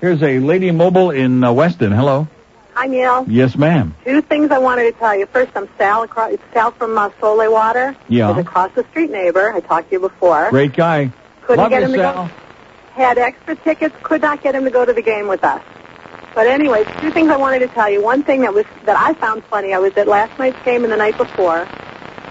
Speaker 3: Here's a lady mobile in uh, Weston. Hello.
Speaker 21: Hi, Neil.
Speaker 3: Yes, ma'am.
Speaker 21: Two things I wanted to tell you. First, I'm Sal, across, it's Sal from uh, Sole Water.
Speaker 3: Yeah.
Speaker 21: He's across the street neighbor. I talked to you before.
Speaker 3: Great guy.
Speaker 21: Couldn't
Speaker 3: Love
Speaker 21: get
Speaker 3: you,
Speaker 21: him
Speaker 3: Sal.
Speaker 21: to go. Had extra tickets. Could not get him to go to the game with us. But anyway, two things I wanted to tell you. One thing that was that I found funny. I was at last night's game and the night before,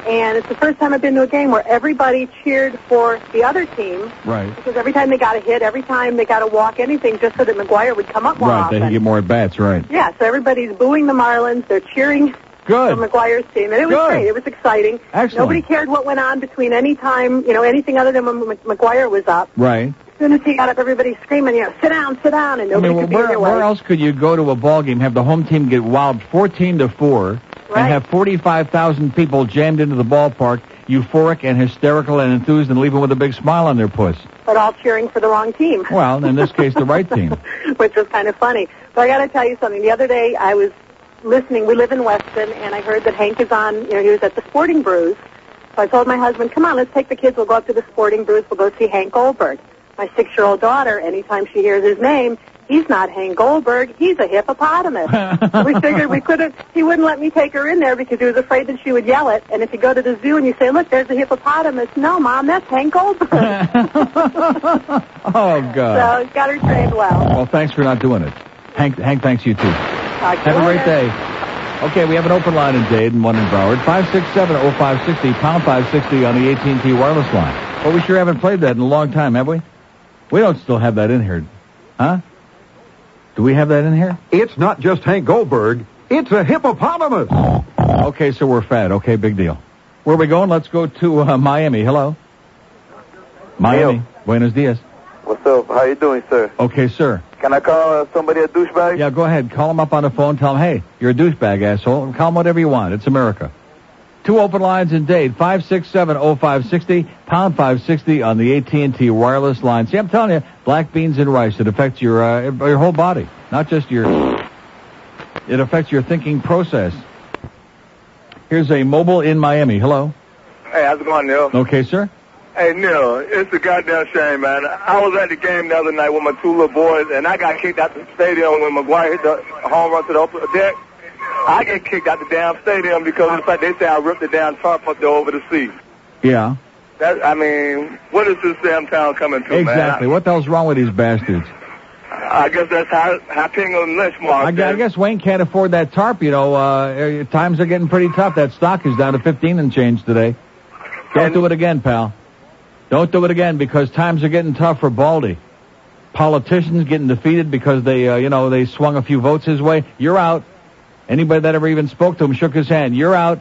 Speaker 21: and it's the first time I've been to a game where everybody cheered for the other team
Speaker 3: Right.
Speaker 21: because every time they got a hit, every time they got a walk, anything, just so that McGuire would come up more
Speaker 3: Right.
Speaker 21: often.
Speaker 3: They can get more at bats. Right.
Speaker 21: Yeah, so everybody's booing the Marlins. They're cheering
Speaker 3: Good.
Speaker 21: for McGuire's team, and it was
Speaker 3: Good.
Speaker 21: great. It was exciting.
Speaker 3: Excellent.
Speaker 21: Nobody cared what went on between any time, you know, anything other than when Mc- McGuire was up.
Speaker 3: Right.
Speaker 21: As soon as he got up, everybody's screaming, you know, sit down, sit down, and
Speaker 3: I
Speaker 21: nobody
Speaker 3: mean,
Speaker 21: could be in
Speaker 3: where,
Speaker 21: their
Speaker 3: where
Speaker 21: way.
Speaker 3: else could you go to a ball game, have the home team get wowed 14 to four, and have 45,000 people jammed into the ballpark, euphoric and hysterical and enthused, and leaving with a big smile on their puss?
Speaker 21: But all cheering for the wrong team,
Speaker 3: Well, in this case,
Speaker 21: <laughs>
Speaker 3: the right team.
Speaker 21: which was kind of funny. But I got to tell you something. The other day, I was listening. We live in Weston, and I heard that Hank is on. You know, he was at the Sporting Brews. So I told my husband, "Come on, let's take the kids. We'll go up to the Sporting Brews. We'll go see Hank Goldberg." My six-year-old daughter, anytime she hears his name, He's not Hank Goldberg. He's a hippopotamus. we figured we couldn't. He wouldn't let me take her in there because he was afraid that she would yell it. And if you go to the zoo and you say, "Look, there's a hippopotamus," no, mom, that's Hank Goldberg.
Speaker 3: Oh, God.
Speaker 21: so he's got her trained well.
Speaker 3: Well, thanks for not doing it. Hank, Hank thanks you too.
Speaker 21: Talk to
Speaker 3: Have
Speaker 21: you
Speaker 3: a
Speaker 21: later.
Speaker 3: great day. Okay, we have an open line in Dade and one in Broward. 567-0560, pound 560 on the AT&T wireless line. Well, we sure haven't played that in a long time, have we? We don't still have that in here. Huh? Do we have that in here?
Speaker 11: It's not just Hank Goldberg. It's a hippopotamus.
Speaker 3: Okay, so we're fed. Okay, big deal. Where are we going? Let's go to uh, Miami. Hello. Miami. Buenos dias.
Speaker 12: What's up? How you doing, sir?
Speaker 3: Okay, sir.
Speaker 12: Can I call uh, somebody a douchebag?
Speaker 3: Yeah, go ahead. Call him up on the phone. Tell him, hey, you're a douchebag, asshole. And call him whatever you want. It's America. Two open lines in Dade, 5670560, pound 560 on the AT&T wireless line. See, I'm telling you, black beans and rice, it affects your, uh, your whole body, not just your, it affects your thinking process. Here's a mobile in Miami. Hello.
Speaker 25: Hey, how's it going, Neil?
Speaker 3: Okay, sir.
Speaker 25: Hey, Neil, it's a goddamn shame, man. I was at the game the other night with my two little boys, and I got kicked out the stadium when McGuire hit the home run to the upper deck. I get kicked out the damn stadium because it's like they say I ripped the damn tarp up there over the sea.
Speaker 3: Yeah,
Speaker 25: That I mean, what is this damn town coming to,
Speaker 3: exactly.
Speaker 25: man?
Speaker 3: What the hell's wrong with these bastards?
Speaker 25: I, I guess that's how how Pingo and Lynch
Speaker 3: I,
Speaker 25: marked
Speaker 3: gu- I guess Wayne can't afford that tarp. You know, uh, uh, times are getting pretty tough. That stock is down to 15 and change today. Don't do it again, pal. Don't do it again because times are getting tough for Baldy. Politicians getting defeated because they, uh, you know, they swung a few votes his way. You're out. Anybody that ever even spoke to him shook his hand. You're out.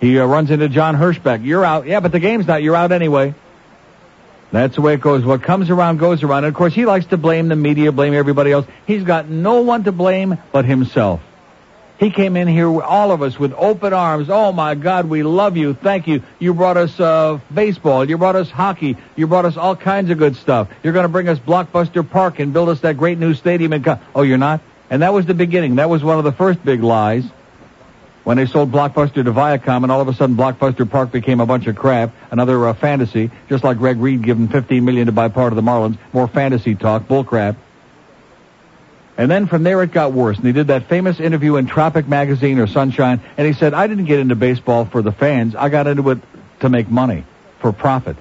Speaker 3: He uh, runs into John Hirschbeck. You're out. Yeah, but the game's not. You're out anyway. That's the way it goes. What comes around goes around. And of course, he likes to blame the media, blame everybody else. He's got no one to blame but himself. He came in here, all of us, with open arms. Oh my God, we love you. Thank you. You brought us uh, baseball. You brought us hockey. You brought us all kinds of good stuff. You're going to bring us Blockbuster Park and build us that great new stadium. And co- oh, you're not. And that was the beginning. That was one of the first big lies when they sold Blockbuster to Viacom, and all of a sudden Blockbuster Park became a bunch of crap, another uh, fantasy, just like Greg Reed giving 15 million to buy part of the Marlins, more fantasy talk, bullcrap. And then from there it got worse, and he did that famous interview in Tropic Magazine or Sunshine, and he said, I didn't get into baseball for the fans, I got into it to make money, for profit.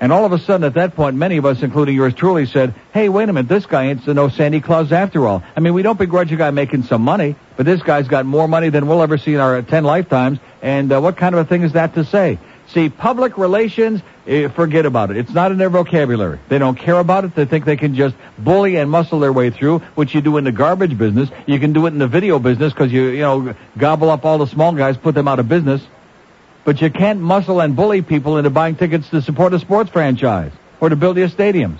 Speaker 3: And all of a sudden, at that point, many of us, including yours truly, said, "Hey, wait a minute, this guy ain't no Santa Claus after all. I mean, we don't begrudge a guy making some money, but this guy's got more money than we'll ever see in our ten lifetimes. And uh, what kind of a thing is that to say? See, public relations, eh, forget about it. It's not in their vocabulary. They don't care about it. They think they can just bully and muscle their way through, which you do in the garbage business. You can do it in the video business because you, you know, gobble up all the small guys, put them out of business but you can't muscle and bully people into buying tickets to support a sports franchise or to build your stadiums.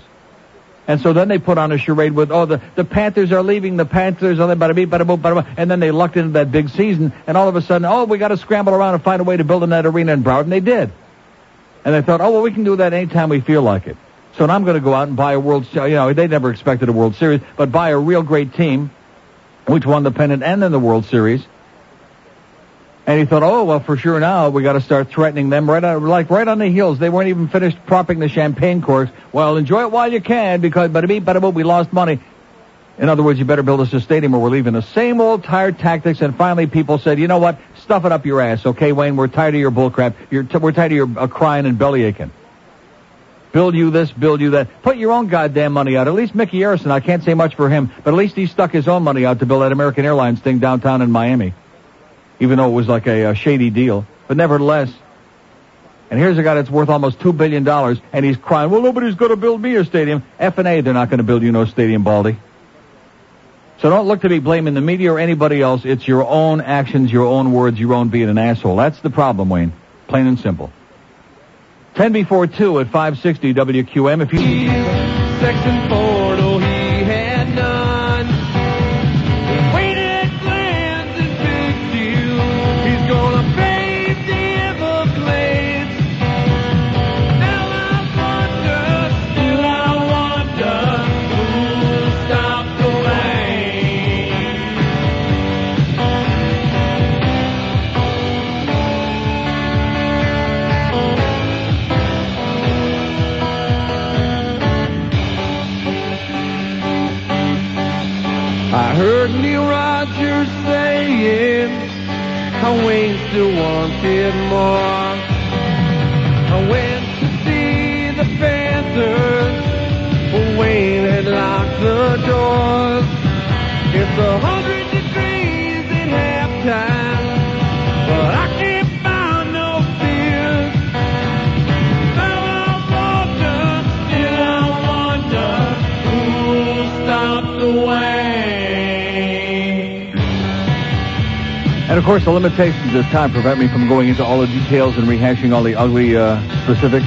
Speaker 3: And so then they put on a charade with, oh, the, the Panthers are leaving, the Panthers are bada bada bada bada, and then they lucked into that big season, and all of a sudden, oh, we got to scramble around and find a way to build in that arena in Broward, and they did. And they thought, oh, well, we can do that anytime we feel like it. So now I'm going to go out and buy a World Series. You know, they never expected a World Series, but buy a real great team, which won the pennant and then the World Series. And he thought, oh well, for sure now we got to start threatening them right on, like right on the heels. They weren't even finished propping the champagne corks. Well, enjoy it while you can because bada beep bada boop, we lost money. In other words, you better build us a stadium or we're leaving. The same old tired tactics. And finally, people said, you know what? Stuff it up your ass, okay, Wayne? We're tired of your bullcrap. You're t- we're tired of your uh, crying and belly aching. Build you this, build you that. Put your own goddamn money out. At least Mickey Arison, I can't say much for him, but at least he stuck his own money out to build that American Airlines thing downtown in Miami even though it was like a, uh shady deal. But nevertheless, and here's a guy that's worth almost two billion dollars, and he's crying, "Well, nobody's going to build me a stadium." F and A, they're not going to build you no stadium, Baldy. So don't look to be blaming the media or anybody else. It's your own actions, your own words, your own being an asshole. That's the problem, Wayne. Plain and simple. Ten before two at five sixty WQM. If you
Speaker 13: Six and four, though oh, he had none. He waited at Glenn's and big deal. He's gonna bathe the Everglades. Now I wonder, still I wonder, who stopped the rain.
Speaker 28: heard Neil Rogers saying, I went to wanted more. I went to see the Panthers, but Wayne had locked the doors. It's a hundred degrees at halftime, but I can't find no fear. Still I wonder, still I wonder, who stopped the Wayne?
Speaker 3: And of course, the limitations of time prevent me from going into all the details and rehashing all the ugly uh, specifics,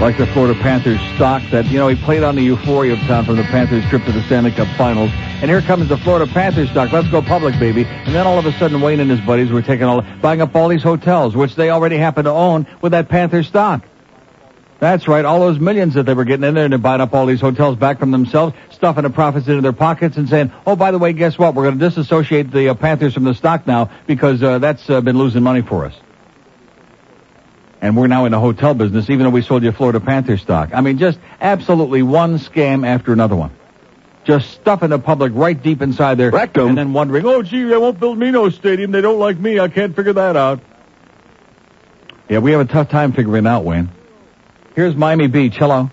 Speaker 3: like the Florida Panthers stock that you know he played on the euphoria of time from the Panthers trip to the Stanley Cup Finals. And here comes the Florida Panthers stock. Let's go public, baby. And then all of a sudden, Wayne and his buddies were taking all, buying up all these hotels, which they already happen to own with that Panther stock. That's right. All those millions that they were getting in there and they're buying up all these hotels back from themselves, stuffing the profits into their pockets and saying, oh, by the way, guess what? We're going to disassociate the uh, Panthers from the stock now because uh, that's uh, been losing money for us. And we're now in the hotel business, even though we sold you Florida Panthers stock. I mean, just absolutely one scam after another one. Just stuffing the public right deep inside their rectum and then wondering, oh, gee, they won't build me no stadium. They don't like me. I can't figure that out. Yeah, we have a tough time figuring it out, Wayne. Here's Miami Beach. Hello.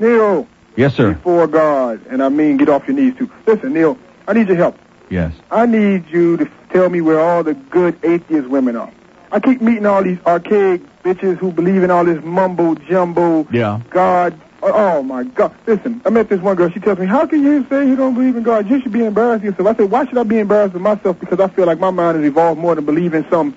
Speaker 29: Neil,
Speaker 3: Yes, sir.
Speaker 29: for God, and I mean get off your knees too. Listen, Neil, I need your help.
Speaker 3: Yes.
Speaker 29: I need you to tell me where all the good atheist women are. I keep meeting all these archaic bitches who believe in all this mumbo jumbo.
Speaker 3: Yeah.
Speaker 29: God. Oh, oh my God. Listen, I met this one girl. She tells me, how can you say you don't believe in God? You should be embarrassed of yourself. I said, why should I be embarrassed of myself? Because I feel like my mind has evolved more to believe in some,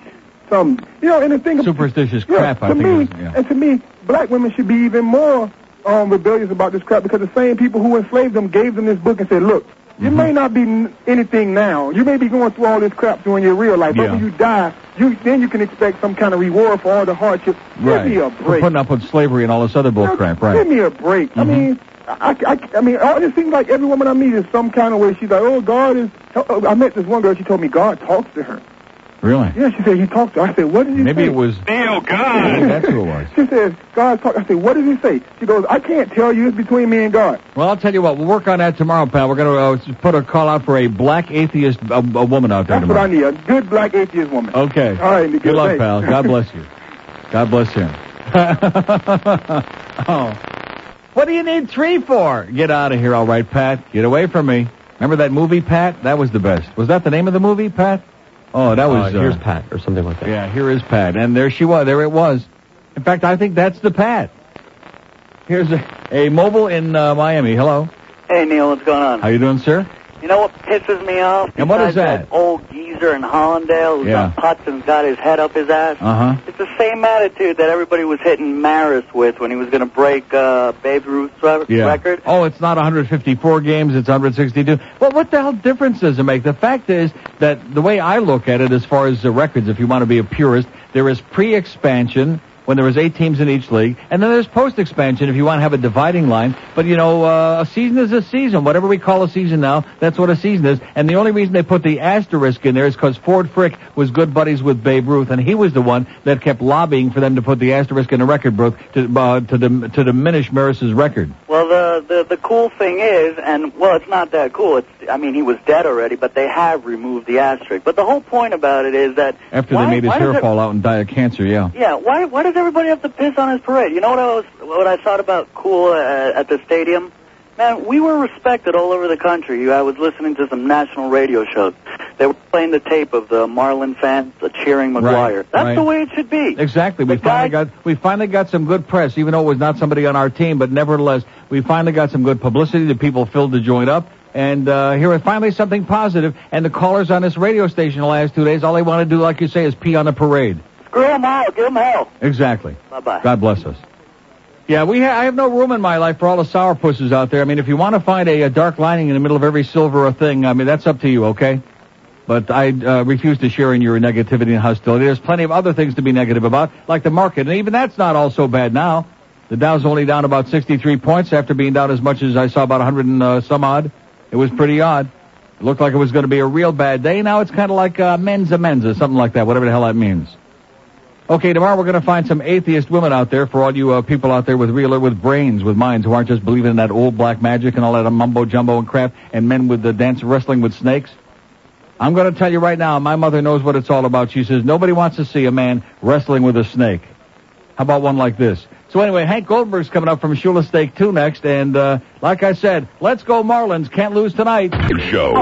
Speaker 29: some, you know, and the thing
Speaker 3: Superstitious
Speaker 29: yeah,
Speaker 3: crap, I
Speaker 29: to
Speaker 3: think. it
Speaker 29: me,
Speaker 3: is. Yeah.
Speaker 29: and to me, black women should be even more um, rebellious about this crap because the same people who enslaved them gave them this book and said, look, you
Speaker 3: Mm-hmm.
Speaker 29: may not be n- anything now. You may be going through all this crap during your real life,
Speaker 3: Yeah.
Speaker 29: but when you die, you then you can expect some kind of reward for all the hardship. Give me a
Speaker 3: Right. For
Speaker 29: break.
Speaker 3: putting up with slavery and all this other bull crap, right? Mm-hmm.
Speaker 29: Give me a break. I mean, I, I, I mean, all- it seems like every woman I meet is some kind of way. She's like, oh, God is. I met this one girl. She told me God talks to her.
Speaker 3: Really? <laughs>
Speaker 29: Yeah, she said he talked to her. I said, what did he
Speaker 3: Maybe
Speaker 29: say?
Speaker 3: it was.
Speaker 29: Neil
Speaker 3: God. That's who it was.
Speaker 29: She says, God talk. I said, what does he say? She goes, I can't tell you. It's between me and God.
Speaker 3: Well, I'll tell you what. We'll work on that tomorrow, pal. We're going to uh, put a call out for a black atheist uh, a woman out there
Speaker 29: That's what
Speaker 3: tomorrow.
Speaker 29: I need. A good black atheist
Speaker 3: <laughs>
Speaker 29: woman.
Speaker 3: Okay.
Speaker 29: All right, Nick,
Speaker 3: Good luck,
Speaker 29: thanks. <laughs>
Speaker 3: pal. God bless you. God bless him. oh. What do you need three for? Get out of here, all right, Pat. Get away from me. Remember that movie, Pat? That was the best. Was that the name of the movie, Pat? Oh, that was.
Speaker 8: Uh, here's
Speaker 3: uh,
Speaker 8: Pat or something like that.
Speaker 3: Yeah, here is Pat. And there she was. There it was. In fact, I think that's the Pat. Here's a, a mobile in uh, Miami. Hello.
Speaker 26: Hey Neil, what's going on?
Speaker 3: How you doing, sir?
Speaker 26: You know what pisses me off?
Speaker 3: And what is
Speaker 26: Besides old geezer in Hollandale who's
Speaker 3: Yeah.
Speaker 26: on putts and's got his head up his ass.
Speaker 3: Uh huh.
Speaker 26: It's the same attitude that everybody was hitting Maris with when he was going to break uh, Babe Ruth's re-
Speaker 3: Yeah.
Speaker 26: record.
Speaker 3: Oh, it's not 154 games, it's 162. Well, what the hell difference does it make? The fact is that the way I look at it as far as the records, if you want to be a purist, there is pre-expansion when there was eight teams in each league, and then there's post-expansion if you want to have a dividing line. But, you know, uh, a season is a season. Whatever we call a season now, that's what a season is. And the only reason they put the asterisk in there is because Ford Frick was good buddies with Babe Ruth, and he was the one that kept lobbying for them to put the asterisk in the record book to, uh, to, dim- to diminish Maris's record.
Speaker 26: Well, the, the the cool thing is, and well, it's not that cool. It's I mean, he was dead already, but they have removed the asterisk. But the whole point about it is that
Speaker 3: After
Speaker 26: why,
Speaker 3: they made his
Speaker 26: why does
Speaker 3: hair
Speaker 26: it-
Speaker 3: fall out and die of cancer, yeah.
Speaker 26: Yeah, why why does everybody have to piss on his parade? You know what I was what I thought about cool uh, at the stadium? Man, we were respected all over the country. I was listening to some national radio shows. They were playing the tape of the Marlin fans cheering McGuire. That's
Speaker 3: right.
Speaker 26: the way it should be.
Speaker 3: Exactly. We finally got we finally got some good press, even though it was not somebody on our team, but nevertheless, we finally got some good publicity. The people filled the joint up, and uh, here was finally something positive. And the callers on this radio station the last two days, all they want to do, like you say, is pee on the parade.
Speaker 26: Screw them out. Give them hell.
Speaker 3: Exactly.
Speaker 26: Bye bye.
Speaker 3: God bless us. Yeah, we ha- I have no room in my life for all the sourpusses out there. I mean, if you want to find a, a dark lining in the middle of every silver thing, I mean, that's up to you, okay? But I uh, refuse to share in your negativity and hostility. There's plenty of other things to be negative about, like the market, and even that's not all so bad now. The Dow's only down about 63 points after being down as much as I saw about 100 and uh, some odd. It was pretty odd. It looked like it was going to be a real bad day. Now it's kind of like uh, menza menza, something like that, whatever the hell that means. Okay, tomorrow we're going to find some atheist women out there for all you uh, people out there with real, with brains, with minds who aren't just believing in that old black magic and all that mumbo jumbo and crap, and men with the dance wrestling with snakes. I'm going to tell you right now, my mother knows what it's all about. She says nobody wants to see a man wrestling with a snake. How about one like this? So anyway, Hank Goldberg's coming up from Shula Steak 2 next, and uh, like I said, let's go Marlins. Can't lose tonight.
Speaker 6: Show.